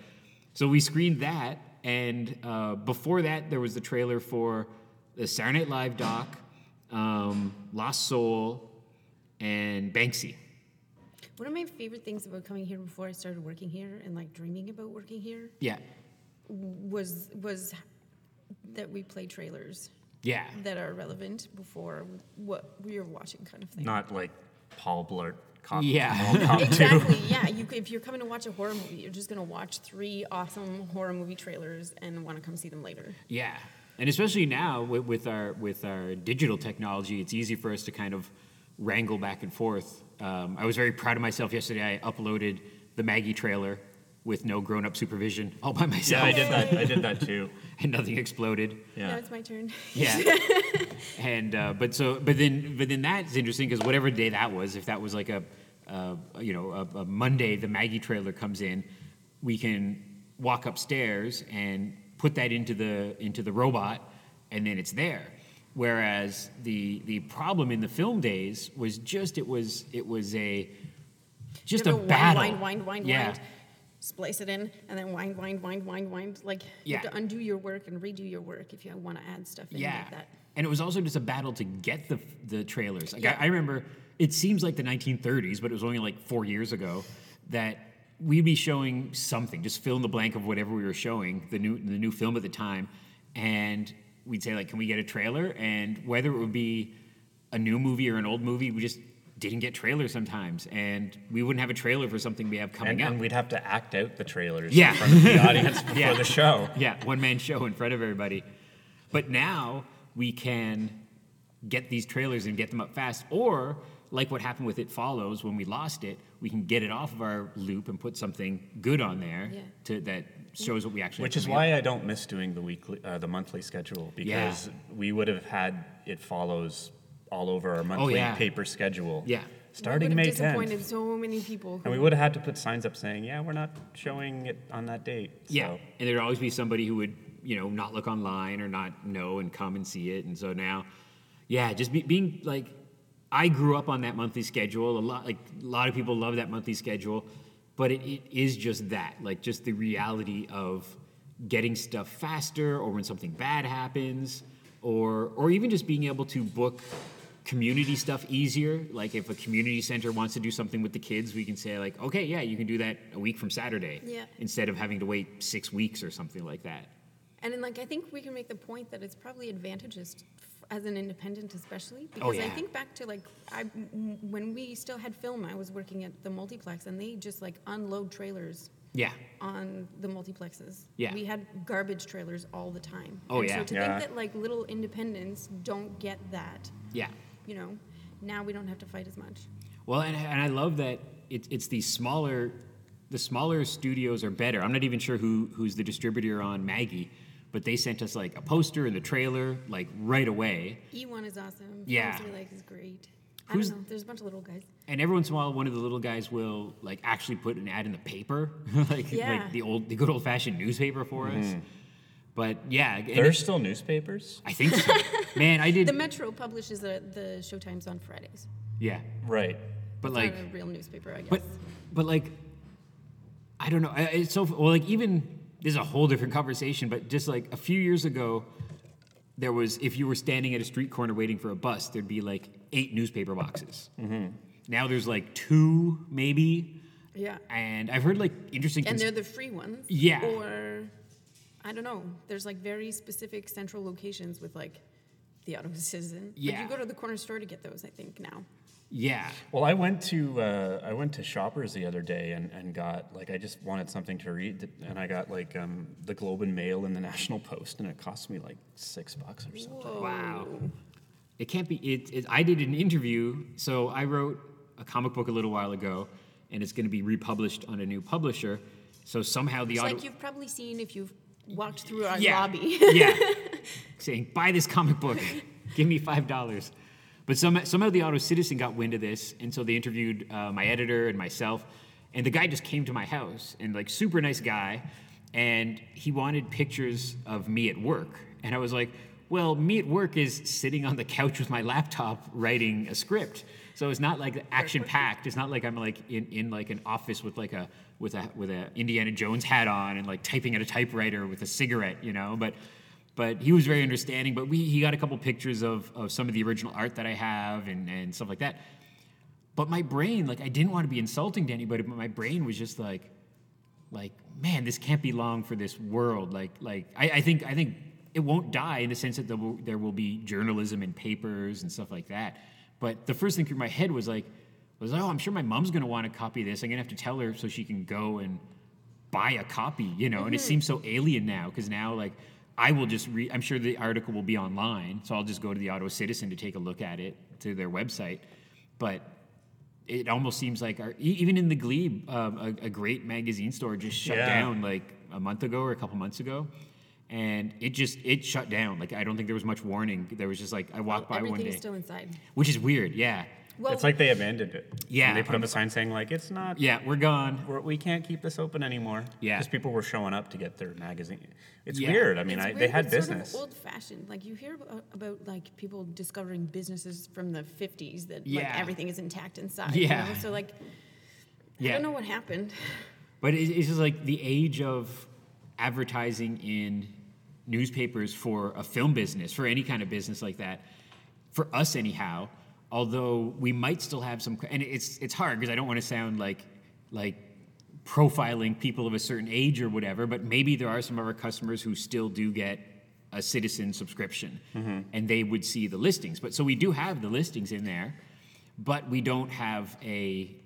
Speaker 1: so we screened that and uh, before that there was the trailer for the Saturday Night Live doc um, Lost Soul and Banksy.
Speaker 3: One of my favorite things about coming here before I started working here and like dreaming about working here
Speaker 1: Yeah.
Speaker 3: was was that we play trailers
Speaker 1: Yeah.
Speaker 3: that are relevant before what we are watching kind of thing.
Speaker 2: Not like Paul Blart Cop.
Speaker 1: Yeah.
Speaker 2: Mall Cop 2.
Speaker 3: Exactly. Yeah. You, c- if you're coming to watch a horror movie, you're just gonna watch three awesome horror movie trailers and want to come see them later.
Speaker 1: Yeah. And especially now with, with our with our digital technology, it's easy for us to kind of wrangle back and forth. Um, I was very proud of myself yesterday. I uploaded the Maggie trailer with no grown-up supervision all by
Speaker 2: Yeah,
Speaker 1: myself
Speaker 2: I did that. I did that too.
Speaker 1: and nothing exploded.
Speaker 3: Now
Speaker 2: Yeah.
Speaker 3: it's my turn.
Speaker 1: Yeah. and uh, but so but then but then that's interesting because whatever day that was, if that was like a uh, you know a, a Monday, the Maggie trailer comes in, we can walk upstairs and put that into the into the robot, and then it's there. Whereas the the problem in the film days was just it was it was a just
Speaker 3: You
Speaker 1: a
Speaker 3: have to wind,
Speaker 1: battle.
Speaker 3: wind, wind, wind,
Speaker 1: yeah.
Speaker 3: wind. splice it in, and then wind, wind, wind, wind, wind. Like you
Speaker 4: Yeah.
Speaker 3: have to undo your work and redo your work if you want to add stuff in
Speaker 4: Yeah.
Speaker 3: like that.
Speaker 1: And it was also just a battle to get the the trailers. Like
Speaker 3: Yeah.
Speaker 1: I, I remember, it seems like the 1930s, but it was only like four years ago that we'd be showing something, just fill in the blank of whatever we were showing, the new the new film at the time, and we'd say like, can we get a trailer? And whether it would be a new movie or an old movie, we just didn't get trailers sometimes, and we wouldn't have a trailer for something we have coming
Speaker 2: And,
Speaker 1: up.
Speaker 2: and we'd have to act out the trailers
Speaker 1: Yeah.
Speaker 2: in front of the audience before
Speaker 1: Yeah.
Speaker 2: the show.
Speaker 1: yeah, one man show in front of everybody. But now we can get these trailers and get them up fast, or like what happened with It Follows when we lost it, we can get it off of our loop and put something good on there
Speaker 3: Yeah.
Speaker 1: to, that shows what we actually.
Speaker 2: Which
Speaker 1: have
Speaker 2: is
Speaker 1: coming up.
Speaker 2: why I don't miss doing the weekly, uh, the monthly schedule because we would have had it follows all over our monthly
Speaker 1: Oh, yeah.
Speaker 2: paper schedule.
Speaker 1: Yeah.
Speaker 2: starting
Speaker 3: we
Speaker 2: May
Speaker 3: would have disappointed
Speaker 2: tenth,
Speaker 3: so many people. Who,
Speaker 2: and we would have had to put signs up saying, "Yeah, we're not showing it on that date."
Speaker 1: Yeah,
Speaker 2: So-
Speaker 1: and there'd always be somebody who would you know not look online or not know and come and see it, and so now, yeah, just be, being like, I grew up on that monthly schedule. A lot like a lot of people love that monthly schedule, but it, it is just that like just the reality of getting stuff faster, or when something bad happens, or or even just being able to book community stuff easier like if a community center wants to do something with the kids we can say like okay yeah you can do that a week from saturday
Speaker 3: Yeah.
Speaker 1: instead of having to wait six weeks or something like that.
Speaker 3: and then, like, I think we can make the point that it's probably advantageous f- as an independent, especially because
Speaker 1: Oh,
Speaker 3: I
Speaker 1: yeah.
Speaker 3: think back to like I m- when we still had film, I was working at the multiplex, and they just like unload trailers
Speaker 1: Yeah.
Speaker 3: on the multiplexes.
Speaker 1: Yeah.
Speaker 3: We had garbage trailers all the time.
Speaker 1: Oh,
Speaker 3: and
Speaker 1: yeah.
Speaker 3: So to
Speaker 2: Yeah.
Speaker 3: think that like little independents don't get that,
Speaker 1: Yeah.
Speaker 3: you know, now we don't have to fight as much.
Speaker 1: Well, and, and I love that it, it's the smaller, the smaller studios are better. I'm not even sure who who's the distributor on Maggie, but they sent us like a poster and the trailer like right away.
Speaker 3: E1 E is awesome.
Speaker 1: Yeah.
Speaker 3: Fantasy Lake is great. I
Speaker 1: Who's-
Speaker 3: don't know. There's a bunch of little guys.
Speaker 1: And every once in a while, one of the little guys will like actually put an ad in the paper, like
Speaker 3: Yeah.
Speaker 1: like the old, the good old fashioned newspaper for us. But yeah, and
Speaker 2: There are still newspapers,
Speaker 1: I think so. man, I did.
Speaker 3: The Metro publishes the, the showtimes on Fridays.
Speaker 1: yeah,
Speaker 2: right?
Speaker 1: but
Speaker 3: It's
Speaker 1: like
Speaker 3: not a real newspaper, I guess.
Speaker 1: But but like I don't know. I- I- It's so well like even this is a whole different conversation, but just like a few years ago there was if you were standing at a street corner waiting for a bus, there'd be like eight newspaper boxes.
Speaker 3: Mm-hmm.
Speaker 1: Now there's like two maybe,
Speaker 3: yeah.
Speaker 1: and I've heard like interesting.
Speaker 3: And
Speaker 1: cons-
Speaker 3: they're the free ones.
Speaker 1: Yeah.
Speaker 3: Or I don't know. There's like very specific central locations with like the auto citizen. But
Speaker 1: Yeah.
Speaker 3: you go to the corner store to get those, I think, now.
Speaker 1: yeah,
Speaker 2: Well, I went to uh, I went to Shoppers the other day and, and got like I just wanted something to read th- and I got like um, the Globe and Mail and the National Post and it cost me like six bucks or something.
Speaker 3: Oh.
Speaker 1: Wow. It can't be. It, it, I did an interview, so I wrote a comic book a little while ago, and it's going to be republished on a new publisher. So somehow the
Speaker 3: It's
Speaker 1: auto-
Speaker 3: like you've probably seen if you've walked through our
Speaker 1: yeah.
Speaker 3: lobby.
Speaker 1: yeah. Saying, buy this comic book. Give me five dollars. But some, somehow the Auto Citizen got wind of this, and so they interviewed uh, my editor and myself. And the guy just came to my house, and like super nice guy, and he wanted pictures of me at work. And I was like, well, me at work is sitting on the couch with my laptop writing a script. So it's not like action packed. It's not like I'm like in, in like an office with like a with a with a Indiana Jones hat on and like typing at a typewriter with a cigarette, you know. But but he was very understanding. But we he got a couple pictures of of some of the original art that I have and and stuff like that. But my brain, like I didn't want to be insulting to anybody, but my brain was just like, like man, this can't be long for this world. Like like I, I think I think it won't die in the sense that there will, there will be journalism and papers and stuff like that. But the first thing through my head was like, was oh, I'm sure my mom's gonna want to copy of this. I'm gonna have to tell her so she can go and buy a copy, you know. And it seems so alien now because now like I will just read. I'm sure the article will be online, so I'll just go to the Auto Citizen to take a look at it to their website. But it almost seems like our, e- even in the Glebe, um, a, a great magazine store just shut
Speaker 2: Yeah.
Speaker 1: down like a month ago or a couple months ago, and it just it shut down. Like I don't think there was much warning. There was just like I walked by one
Speaker 3: Everything's
Speaker 1: day,
Speaker 3: still inside.
Speaker 1: which is weird. Yeah,
Speaker 3: Well,
Speaker 2: it's like they abandoned it.
Speaker 1: Yeah.
Speaker 2: And they put up a sign saying like it's not.
Speaker 1: yeah, we're gone.
Speaker 2: We're, we can't keep this open anymore.
Speaker 1: Yeah.
Speaker 2: Because people were showing up to get their magazine. It's
Speaker 1: Yeah.
Speaker 2: weird. I mean,
Speaker 3: It's
Speaker 2: I, they
Speaker 3: weird,
Speaker 2: had
Speaker 3: but sort of
Speaker 2: business.
Speaker 3: old-fashioned. Like you hear about, about like people discovering businesses from the '50s that
Speaker 1: Yeah.
Speaker 3: like everything is intact inside. you
Speaker 1: Yeah.
Speaker 3: know? So like, I
Speaker 1: Yeah.
Speaker 3: don't know what happened.
Speaker 1: But it, it's just like the age of advertising in newspapers for a film business, for any kind of business like that, for us anyhow. Although we might still have some, and it's it's hard because I don't want to sound like like profiling people of a certain age or whatever. But maybe there are some of our customers who still do get a citizen subscription, and they would see the listings. But so we do have the listings in there, but we don't have a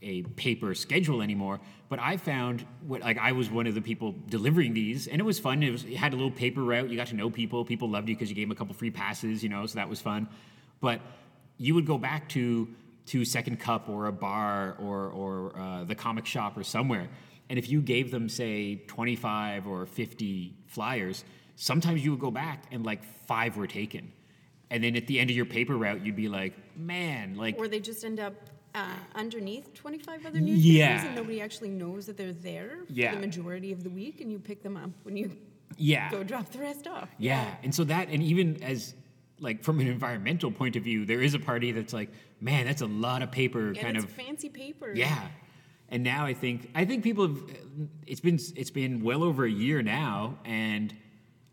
Speaker 1: a paper schedule anymore. But I found what like I was one of the people delivering these, and it was fun. It, was, it had a little paper route. You got to know people. People loved you because you gave them a couple free passes, you know, so that was fun. But you would go back to to Second Cup or a bar or or uh, the comic shop or somewhere, and if you gave them say 25 or 50 flyers, sometimes you would go back and like five were taken. And then at the end of your paper route, you'd be like, man, like
Speaker 3: Or they just end up uh, underneath 25 other newspapers
Speaker 1: Yeah.
Speaker 3: and nobody actually knows that they're there for
Speaker 1: Yeah.
Speaker 3: the majority of the week and you pick them up when you
Speaker 1: yeah.
Speaker 3: go drop the rest off.
Speaker 1: Yeah, and so that, and even as like from an environmental point of view, there is a party that's like, man, that's a lot of paper,
Speaker 3: And
Speaker 1: kind
Speaker 3: it's
Speaker 1: of.
Speaker 3: fancy paper.
Speaker 1: Yeah, and now I think I think people have. It's been it's been well over a year now, and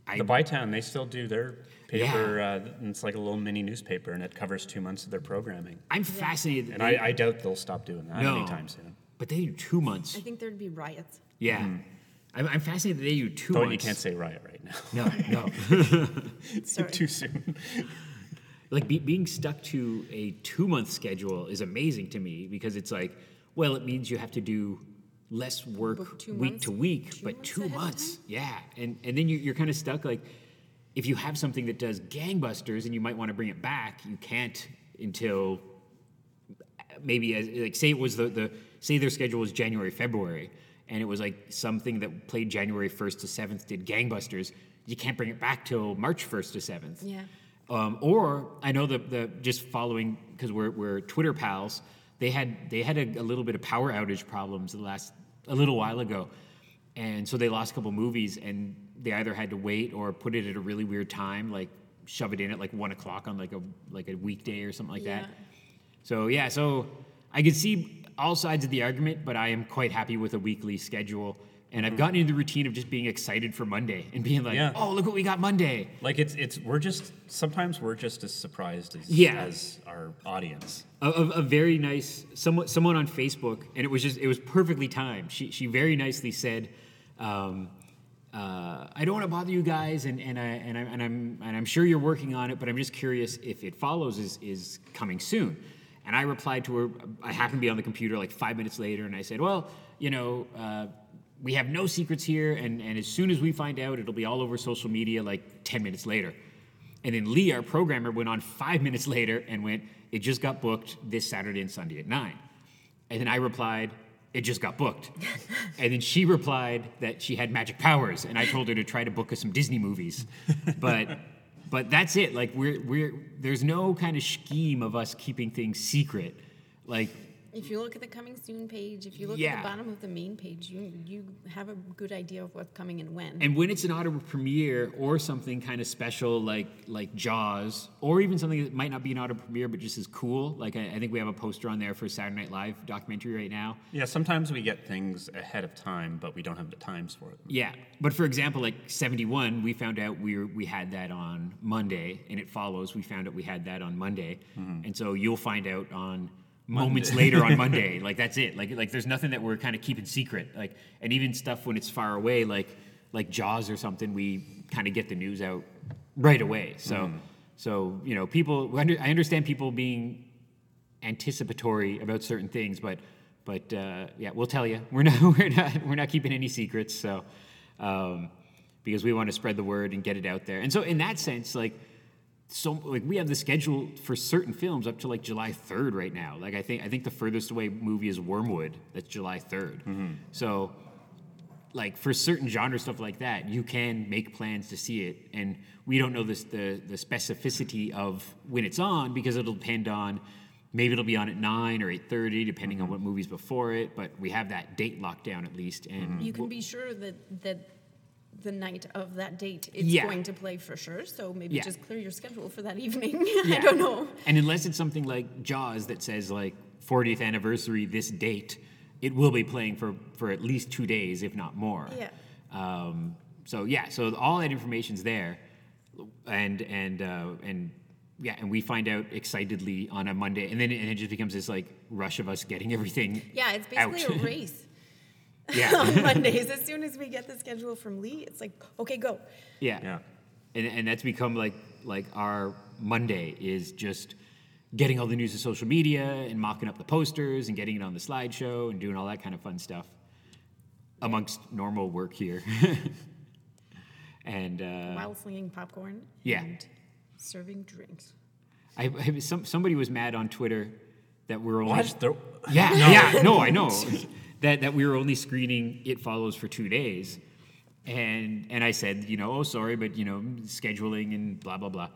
Speaker 1: I
Speaker 2: The Bytown, they still do their paper, uh, and it's like a little mini newspaper, and it covers two months of their programming.
Speaker 1: I'm fascinated. that
Speaker 2: And
Speaker 1: they-
Speaker 2: I, I doubt they'll stop doing that
Speaker 1: no,
Speaker 2: anytime soon.
Speaker 1: But they do two months.
Speaker 3: I think there'd be riots.
Speaker 1: Yeah, I'm, I'm fascinated that they do two
Speaker 2: Though
Speaker 1: months.
Speaker 2: you can't say riot right now.
Speaker 1: No, no.
Speaker 3: Sorry.
Speaker 2: Too soon.
Speaker 1: like be, being stuck to a two month schedule is amazing to me because it's like well it means you have to do less work
Speaker 3: Book two
Speaker 1: week
Speaker 3: months-
Speaker 1: to week
Speaker 3: two
Speaker 1: but
Speaker 3: months
Speaker 1: two
Speaker 3: ahead of
Speaker 1: months
Speaker 3: time?
Speaker 1: yeah and and then you, you're kind of stuck like if you have something that does gangbusters and you might want to bring it back you can't until maybe as like say it was the, the say their schedule was January February and it was like something that played January 1st to 7th did gangbusters you can't bring it back till March 1st to 7th
Speaker 3: Yeah.
Speaker 1: um, or I know the, the just following because we're, we're Twitter pals they had they had a, a little bit of power outage problems the last a little while ago and so they lost a couple movies and they either had to wait or put it at a really weird time like shove it in at like one o'clock on like a like a weekday or something like that
Speaker 3: Yeah.
Speaker 1: so yeah, so I can see all sides of the argument, but I am quite happy with a weekly schedule. And I've gotten into the routine of just being excited for Monday and being like,
Speaker 2: Yeah.
Speaker 1: "Oh, look what we got Monday!"
Speaker 2: like it's it's we're just sometimes we're just as surprised as
Speaker 1: Yeah.
Speaker 2: as our audience.
Speaker 1: A, a, a very nice someone someone on Facebook, and it was just it was perfectly timed. She she very nicely said, um, uh, "I don't want to bother you guys, and and I and I'm and I'm and I'm sure you're working on it, but I'm just curious if it follows is is coming soon." And I replied to her. I happened to be on the computer like five minutes later, and I said, "Well, you know." Uh, we have no secrets here, and, and as soon as we find out, it'll be all over social media like 10 minutes later. And then Lee, our programmer, went on five minutes later and went, It just got booked this Saturday and Sunday at nine. And then I replied, It just got booked. and then she replied that she had magic powers. And I told her to try to book us some Disney movies. But but that's it. Like we're we're there's no kind of scheme of us keeping things secret. Like
Speaker 3: If you look at the coming soon page, if you look at
Speaker 1: Yeah.
Speaker 3: the bottom of the main page, you you have a good idea of what's coming and when.
Speaker 1: And when it's an Ottawa premiere or something kind of special like like Jaws, or even something that might not be an Ottawa premiere but just is cool, like I, I think we have a poster on there for Saturday Night Live documentary right now.
Speaker 2: Yeah, sometimes we get things ahead of time, but we don't have the times for them.
Speaker 1: Yeah, but for example, like '71, we found out we were, we had that on Monday, and it follows we found out we had that on Monday, and so you'll find out on moments later on Monday. Like that's it. Like like there's nothing that we're kind of keeping secret. Like and even stuff when it's far away, like like Jaws or something, we kind of get the news out right away. So so you know, people. I under- I understand people being anticipatory about certain things, but but uh, yeah, we'll tell you. We're not we're not we're not keeping any secrets. So um, because we want to spread the word and get it out there. And so in that sense, like so like we have the schedule for certain films up to like July 3rd right now. Like I think I think the furthest away movie is Wormwood. That's July 3rd. So like for certain genre stuff like that, you can make plans to see it, and we don't know this the the specificity of when it's on because it'll depend on maybe it'll be on at nine or eight thirty, depending on what movies before it. But we have that date locked down at least, and
Speaker 3: you can be sure that that the night of that date it's
Speaker 1: Yeah.
Speaker 3: going to play for sure. So maybe
Speaker 1: Yeah.
Speaker 3: just clear your schedule for that evening. I
Speaker 1: Yeah.
Speaker 3: don't know.
Speaker 1: And unless it's something like Jaws that says like 40th anniversary this date, it will be playing for, for at least two days, if not more.
Speaker 3: Yeah.
Speaker 1: Um, so yeah, so all that information's there, and and uh, and yeah, and we find out excitedly on a Monday, and then it, and it just becomes this like rush of us getting everything.
Speaker 3: Yeah, it's basically
Speaker 1: out.
Speaker 3: a race
Speaker 1: yeah,
Speaker 3: on Mondays. As soon as we get the schedule from Lee, it's like, okay, go.
Speaker 1: yeah,
Speaker 2: Yeah.
Speaker 1: and and that's become like like our Monday is just getting all the news to social media and mocking up the posters and getting it on the slideshow and doing all that kind of fun stuff amongst normal work here. and uh,
Speaker 3: While slinging popcorn
Speaker 1: Yeah.
Speaker 3: and serving drinks.
Speaker 1: I, I some, somebody was mad on Twitter that we're only
Speaker 2: What? There,
Speaker 1: yeah yeah no I know that that we were only screening It Follows for two days, and and I said you know oh sorry but you know scheduling and blah blah blah,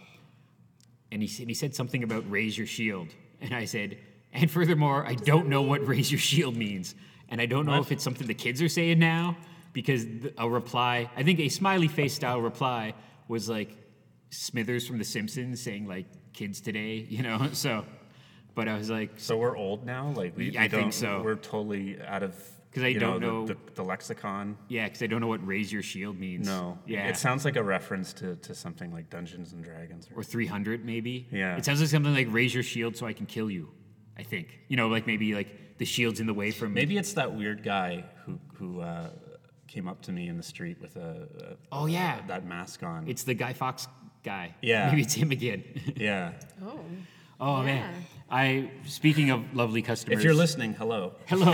Speaker 1: and he said he said something about raise your shield, and I said and furthermore I don't know what raise your shield means, and I don't know if it's something the kids are saying now because th- a reply I think a smiley face style reply was like Smithers from The Simpsons saying like kids today, you know. So, but I was like,
Speaker 2: so we're old now. Like we,
Speaker 1: Yeah, I
Speaker 2: we
Speaker 1: think
Speaker 2: don't-
Speaker 1: so.
Speaker 2: We're totally out of
Speaker 1: 'Cause I
Speaker 2: you
Speaker 1: don't know-
Speaker 2: the, the, the lexicon.
Speaker 1: yeah, because I don't know what raise your shield means.
Speaker 2: No,
Speaker 1: yeah,
Speaker 2: it sounds like a reference to, to something like Dungeons and Dragons. Or,
Speaker 1: or 300 maybe.
Speaker 2: Yeah.
Speaker 1: it sounds like something like raise your shield so I can kill you. I think you know, like maybe like the shield's in the way from
Speaker 2: maybe it's that weird guy who who uh, came up to me in the street with a, a
Speaker 1: Oh yeah,
Speaker 2: that mask on.
Speaker 1: it's the Guy Fox guy.
Speaker 2: Yeah.
Speaker 1: maybe it's him again.
Speaker 2: yeah.
Speaker 3: Oh.
Speaker 1: oh
Speaker 3: Yeah.
Speaker 1: man, I speaking of lovely customers.
Speaker 2: If you're listening, hello.
Speaker 1: Hello.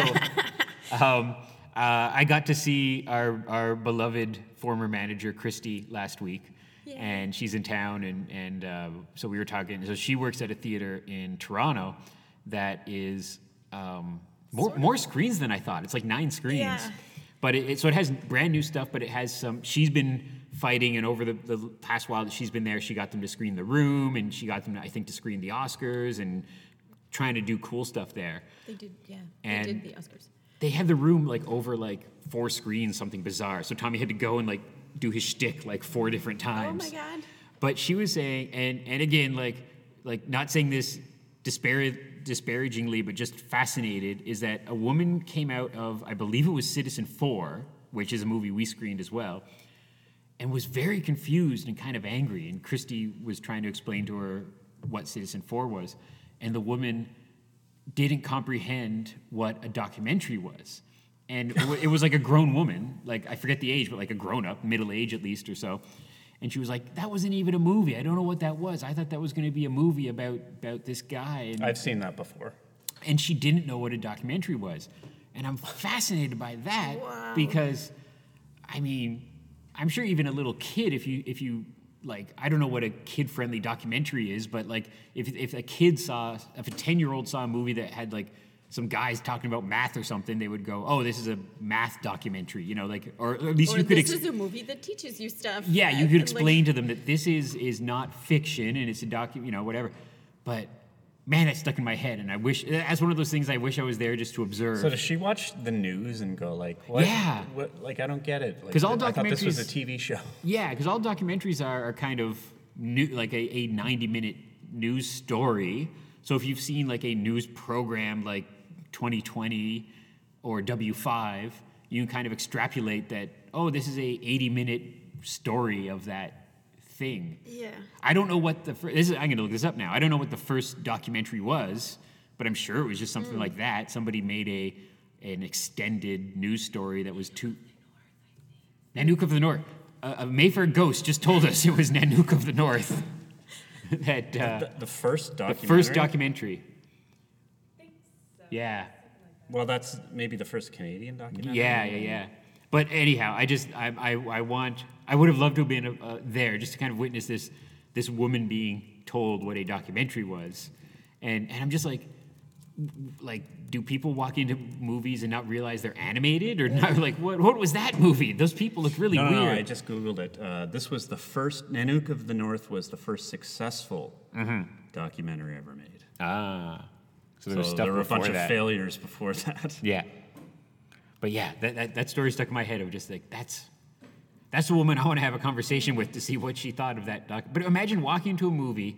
Speaker 1: um, uh, I got to see our, our beloved former manager, Christy, last week.
Speaker 3: Yay.
Speaker 1: And she's in town, and, and uh, so we were talking. So she works at a theater in Toronto that is um, more, more screens than I thought. It's like nine screens.
Speaker 3: Yeah.
Speaker 1: But it, it, so it has brand new stuff, but it has some. She's been fighting, and over the, the past while that she's been there, she got them to screen The Room, and she got them, I think, to screen the Oscars, and trying to do cool stuff there
Speaker 3: They did, yeah.
Speaker 1: And-
Speaker 3: they did the Oscars.
Speaker 1: they had the room like over like four screens, something bizarre. So Tommy had to go and like do his shtick like four different
Speaker 3: Oh
Speaker 1: times.
Speaker 3: my God.
Speaker 1: But she was saying, and and again, like like not saying this dispari- disparagingly, but just fascinated, is that a woman came out of I believe it was Citizen Four, which is a movie we screened as well, and was very confused and kind of angry. And Christy was trying to explain to her what Citizen Four was, and the woman didn't comprehend what a documentary was. And it wa- it was like a grown woman, like I forget the age, but like a grown up, middle age at least or so. And she was like, "That wasn't even a movie. I don't know what that was. I thought that was going to be a movie about about this guy." And,
Speaker 2: I've seen that before.
Speaker 1: and she didn't know what a documentary was. And I'm fascinated by that
Speaker 3: Wow.
Speaker 1: because I mean, I'm sure even a little kid if you if you like I don't know what a kid-friendly documentary is, but like if if a kid saw if a 10-year-old saw a movie that had like some guys talking about math or something, they would go, "Oh, this is a math documentary," you know, like or at least
Speaker 3: Or
Speaker 1: you could
Speaker 3: this
Speaker 1: ex-
Speaker 3: is a movie that teaches you stuff.
Speaker 1: yeah, you
Speaker 3: And,
Speaker 1: could
Speaker 3: like,
Speaker 1: explain to them that this is is not fiction and it's a docu, you know, whatever. But man, that stuck in my head, and I wish that's one of those things I wish I was there just to observe.
Speaker 2: So does she watch the news and go like, what?
Speaker 1: Yeah.
Speaker 2: What, like I don't get it. Like,
Speaker 1: 'Cause all
Speaker 2: I thought this was a
Speaker 1: documentaries-
Speaker 2: TV show.
Speaker 1: yeah, because all documentaries are, are kind of new, like a, a ninety minute news story. So if you've seen like a news program like 2020 or W5, you can kind of extrapolate that. Oh, this is a 80 minute story of that thing.
Speaker 3: Yeah.
Speaker 1: I don't know what the first. This is, I'm going to look this up now. I don't know what the first documentary was, but I'm sure it was just something like that. Somebody made a an extended news story that was too. Nanook of the North. A, a Mayfair ghost just told us it was Nanook of the North. that uh,
Speaker 2: The, the first
Speaker 1: the
Speaker 2: documentary.
Speaker 1: first documentary. Yeah,
Speaker 2: Well, that's maybe the first Canadian documentary.
Speaker 1: yeah, yeah, yeah. But anyhow, I just I I, I want I would have loved to have been uh, there just to kind of witness this this woman being told what a documentary was, and and I'm just like like do people walk into movies and not realize they're animated or not like what what was that movie? Those people look really
Speaker 2: No, no,
Speaker 1: weird.
Speaker 2: no, I just googled it. Uh, this was the first Nanook of the North was the first successful
Speaker 1: Mm-hmm.
Speaker 2: documentary ever made.
Speaker 1: Ah, so
Speaker 2: so there were a bunch of failures before that.
Speaker 1: Yeah. But yeah, that, that, that story stuck in my head. I was just like, that's that's the woman I want to have a conversation with to see what she thought of that doc. But imagine walking into a movie.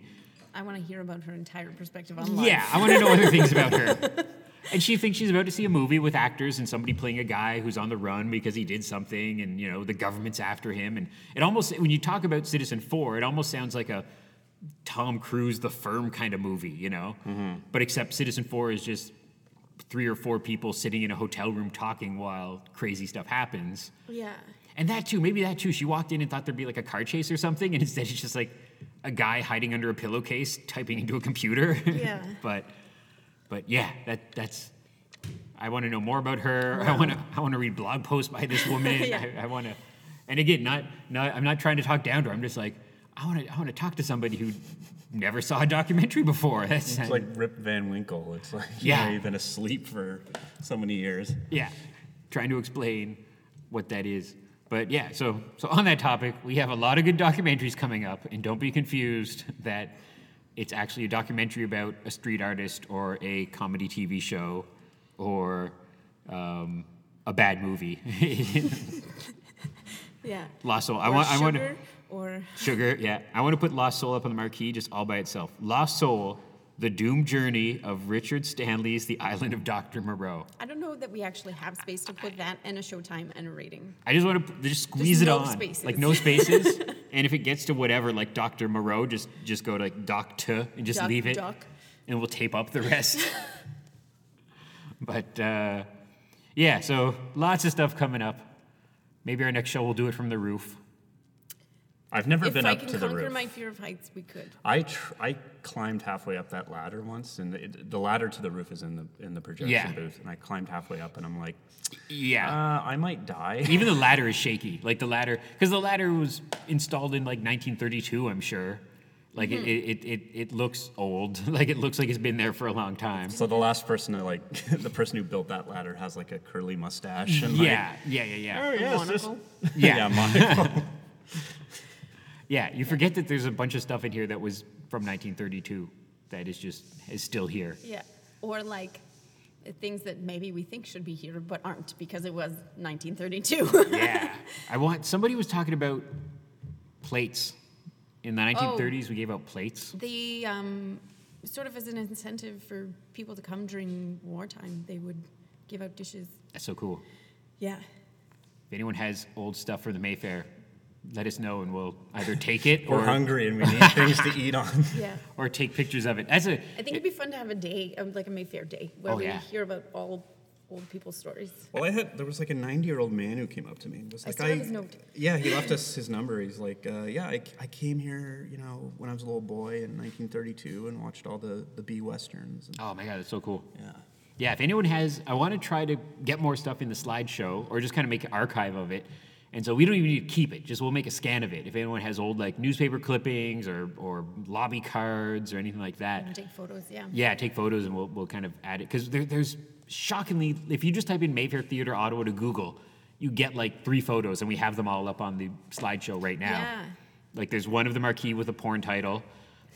Speaker 3: I want to hear about her entire perspective on life.
Speaker 1: Yeah, I want to know other things about her. And she thinks she's about to see a movie with actors and somebody playing a guy who's on the run because he did something, and you know the government's after him. And it almost, when you talk about Citizen Four, it almost sounds like a Tom Cruise, The Firm kind of movie, you know. But except Citizen Four is just three or four people sitting in a hotel room talking while crazy stuff happens.
Speaker 3: Yeah.
Speaker 1: And that too, maybe that too. She walked in and thought there'd be like a car chase or something, and instead it's just like a guy hiding under a pillowcase typing into a computer.
Speaker 3: Yeah.
Speaker 1: but but yeah, that that's I want to know more about her. I want to I want to read blog posts by this woman.
Speaker 3: Yeah.
Speaker 1: I, I want to And again, not not I'm not trying to talk down to her. I'm just like I want to I want to talk to somebody who never saw a documentary before. That's
Speaker 2: It's like Rip Van Winkle. It's like
Speaker 1: Yeah.
Speaker 2: yeah, you've been asleep for so many years.
Speaker 1: yeah, trying to explain what that is. But yeah, so so on that topic, we have a lot of good documentaries coming up, and don't be confused that it's actually a documentary about a street artist or a comedy TV show or um, a bad movie.
Speaker 3: Yeah.
Speaker 1: Lost Soul. I
Speaker 3: Or
Speaker 1: want. I want.
Speaker 3: sugar, Or
Speaker 1: Sugar, yeah. I want to put Lost Soul up on the marquee just all by itself. Lost Soul, the doomed journey of Richard Stanley's The Island of Dr. Moreau.
Speaker 3: I don't know that we actually have space to put that and a showtime and a rating.
Speaker 1: I just want to p- just squeeze
Speaker 3: Just
Speaker 1: it
Speaker 3: no
Speaker 1: on,
Speaker 3: spaces.
Speaker 1: like no spaces. and if it gets to whatever, like Doctor Moreau, just just go to like Doctor and just
Speaker 3: Doc-
Speaker 1: leave it,
Speaker 3: doc.
Speaker 1: and we'll tape up the rest. but uh, yeah, so lots of stuff coming up. Maybe our next show we'll do it from the roof.
Speaker 2: I've never
Speaker 3: If
Speaker 2: been
Speaker 3: I
Speaker 2: up
Speaker 3: can
Speaker 2: to the
Speaker 3: conquer
Speaker 2: roof.
Speaker 3: my fear of heights, we could.
Speaker 2: I tr- I climbed halfway up that ladder once, and it, the ladder to the roof is in the in the projection
Speaker 1: Yeah.
Speaker 2: booth, and I climbed halfway up, and I'm like, uh,
Speaker 1: Yeah.
Speaker 2: I might die.
Speaker 1: Even the ladder is shaky. Like the ladder, because the ladder was installed in like 1932, I'm sure. Like
Speaker 3: Mm-hmm.
Speaker 1: it it, it, it, it looks old. like it looks like it's been there for a long time.
Speaker 2: So the last person to like, the person who built that ladder has like a curly mustache. And
Speaker 1: Yeah, yeah, yeah, yeah.
Speaker 2: Like, oh yes, this-
Speaker 3: monocle?
Speaker 1: Yeah.
Speaker 2: yeah, monocle.
Speaker 1: Yeah, you forget that there's a bunch of stuff in here that was from 1932 that is just is still here.
Speaker 3: Yeah. Or like uh, things that maybe we think should be here but aren't because it was 1932.
Speaker 1: Yeah. I want somebody was talking about plates. In the 1930s we gave out plates.
Speaker 3: the um, sort of as an incentive for people to come during wartime, they would give out dishes.
Speaker 1: That's so cool.
Speaker 3: Yeah.
Speaker 1: If anyone has old stuff for the Mayfair, let us know and we'll either take it
Speaker 2: We're
Speaker 1: or
Speaker 2: hungry and we need things to eat on.
Speaker 3: Yeah.
Speaker 1: or take pictures of it. That's a
Speaker 3: I think it'd be fun to have a day, um, like a Mayfair day, where
Speaker 1: Oh,
Speaker 3: we
Speaker 1: yeah.
Speaker 3: hear about all old people's stories.
Speaker 2: Well, I had there was like a 90 year old man who came up to me and was
Speaker 3: I
Speaker 2: like,
Speaker 3: still have his note.
Speaker 2: Yeah, he left us his number. He's like, uh, yeah, I, I came here, you know, when I was a little boy in 1932 and watched all the the B westerns. And,
Speaker 1: Oh my god, that's so cool.
Speaker 2: yeah.
Speaker 1: Yeah, if anyone has, I want to try to get more stuff in the slideshow or just kind of make an archive of it. And so we don't even need to keep it, just we'll make a scan of it. If anyone has old like newspaper clippings or, or lobby cards or anything like that,
Speaker 3: Take photos, yeah.
Speaker 1: yeah, take photos and we'll, we'll kind of add it. Because there, there's shockingly, if you just type in Mayfair Theatre Ottawa to Google, you get like three photos and we have them all up on the slideshow right now.
Speaker 3: Yeah.
Speaker 1: Like there's one of the marquee with a porn title.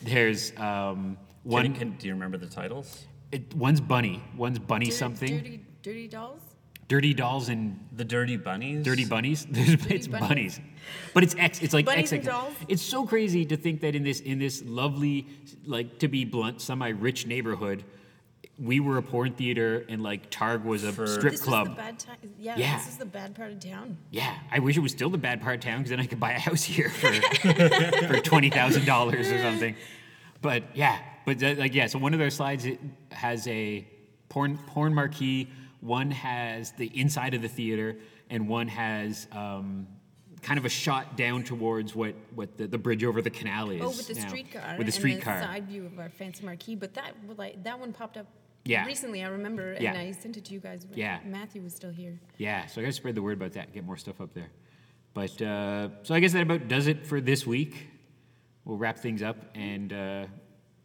Speaker 1: There's um, one,
Speaker 2: do you remember the titles?
Speaker 1: it, one's bunny, one's bunny
Speaker 3: Dirty-
Speaker 1: something.
Speaker 3: Dirty, dirty dolls.
Speaker 1: Dirty Dolls and
Speaker 2: The Dirty Bunnies.
Speaker 1: Dirty Bunnies. There's, it's
Speaker 3: Bunnies?
Speaker 1: bunnies. but it's X. It's like
Speaker 3: Bunnies and
Speaker 1: X.
Speaker 3: dolls?
Speaker 1: It's so crazy to think that in this in this lovely, like to be blunt, semi-rich neighborhood, we were a porn theater and like Targ was a
Speaker 2: For-
Speaker 1: strip
Speaker 3: this
Speaker 1: club.
Speaker 3: is the bad time. Yeah,
Speaker 1: Yeah.
Speaker 3: this is the bad part of town.
Speaker 1: yeah, I wish it was still the bad part of town because then I could buy a house here for for twenty thousand dollars or something. But yeah, but that- like yeah. So one of their slides it has a porn porn marquee. One has the inside of the theater, and one has um, kind of a shot down towards what what the, the bridge over the canal is.
Speaker 3: Oh, with the
Speaker 1: now,
Speaker 3: streetcar.
Speaker 1: With the streetcar.
Speaker 3: And the side view of our fancy marquee. But that well, like, that one popped up
Speaker 1: Yeah.
Speaker 3: recently, I remember, and
Speaker 1: Yeah.
Speaker 3: I sent it to you guys when
Speaker 1: Yeah.
Speaker 3: Matthew was still here.
Speaker 1: Yeah, so I gotta spread the word about that, get more stuff up there. But uh, so I guess that about does it for this week. We'll wrap things up, and uh,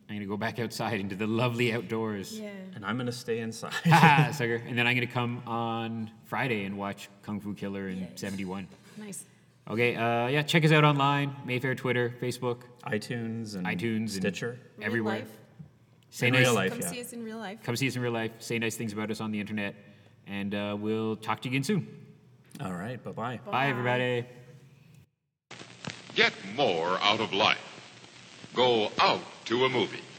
Speaker 1: I'm gonna go back outside into the lovely outdoors.
Speaker 3: Yeah.
Speaker 2: And I'm gonna stay inside.
Speaker 1: Ha, sucker! And then I'm gonna come on Friday and watch Kung Fu Killer in '71.
Speaker 3: Nice.
Speaker 1: Okay, uh, yeah, check us out online, Mayfair, Twitter, Facebook,
Speaker 2: iTunes and
Speaker 1: iTunes,
Speaker 2: Stitcher.
Speaker 1: and
Speaker 3: Real
Speaker 1: everywhere.
Speaker 3: life.
Speaker 1: Say
Speaker 2: In
Speaker 1: nice,
Speaker 2: real life.
Speaker 3: Come
Speaker 2: yeah.
Speaker 3: see us in real life.
Speaker 1: come see us in real life. Say nice things about us on the internet, and uh, we'll talk to you again soon.
Speaker 2: All right. Bye bye.
Speaker 1: Bye, everybody.
Speaker 4: Get more out of life. Go out to a movie.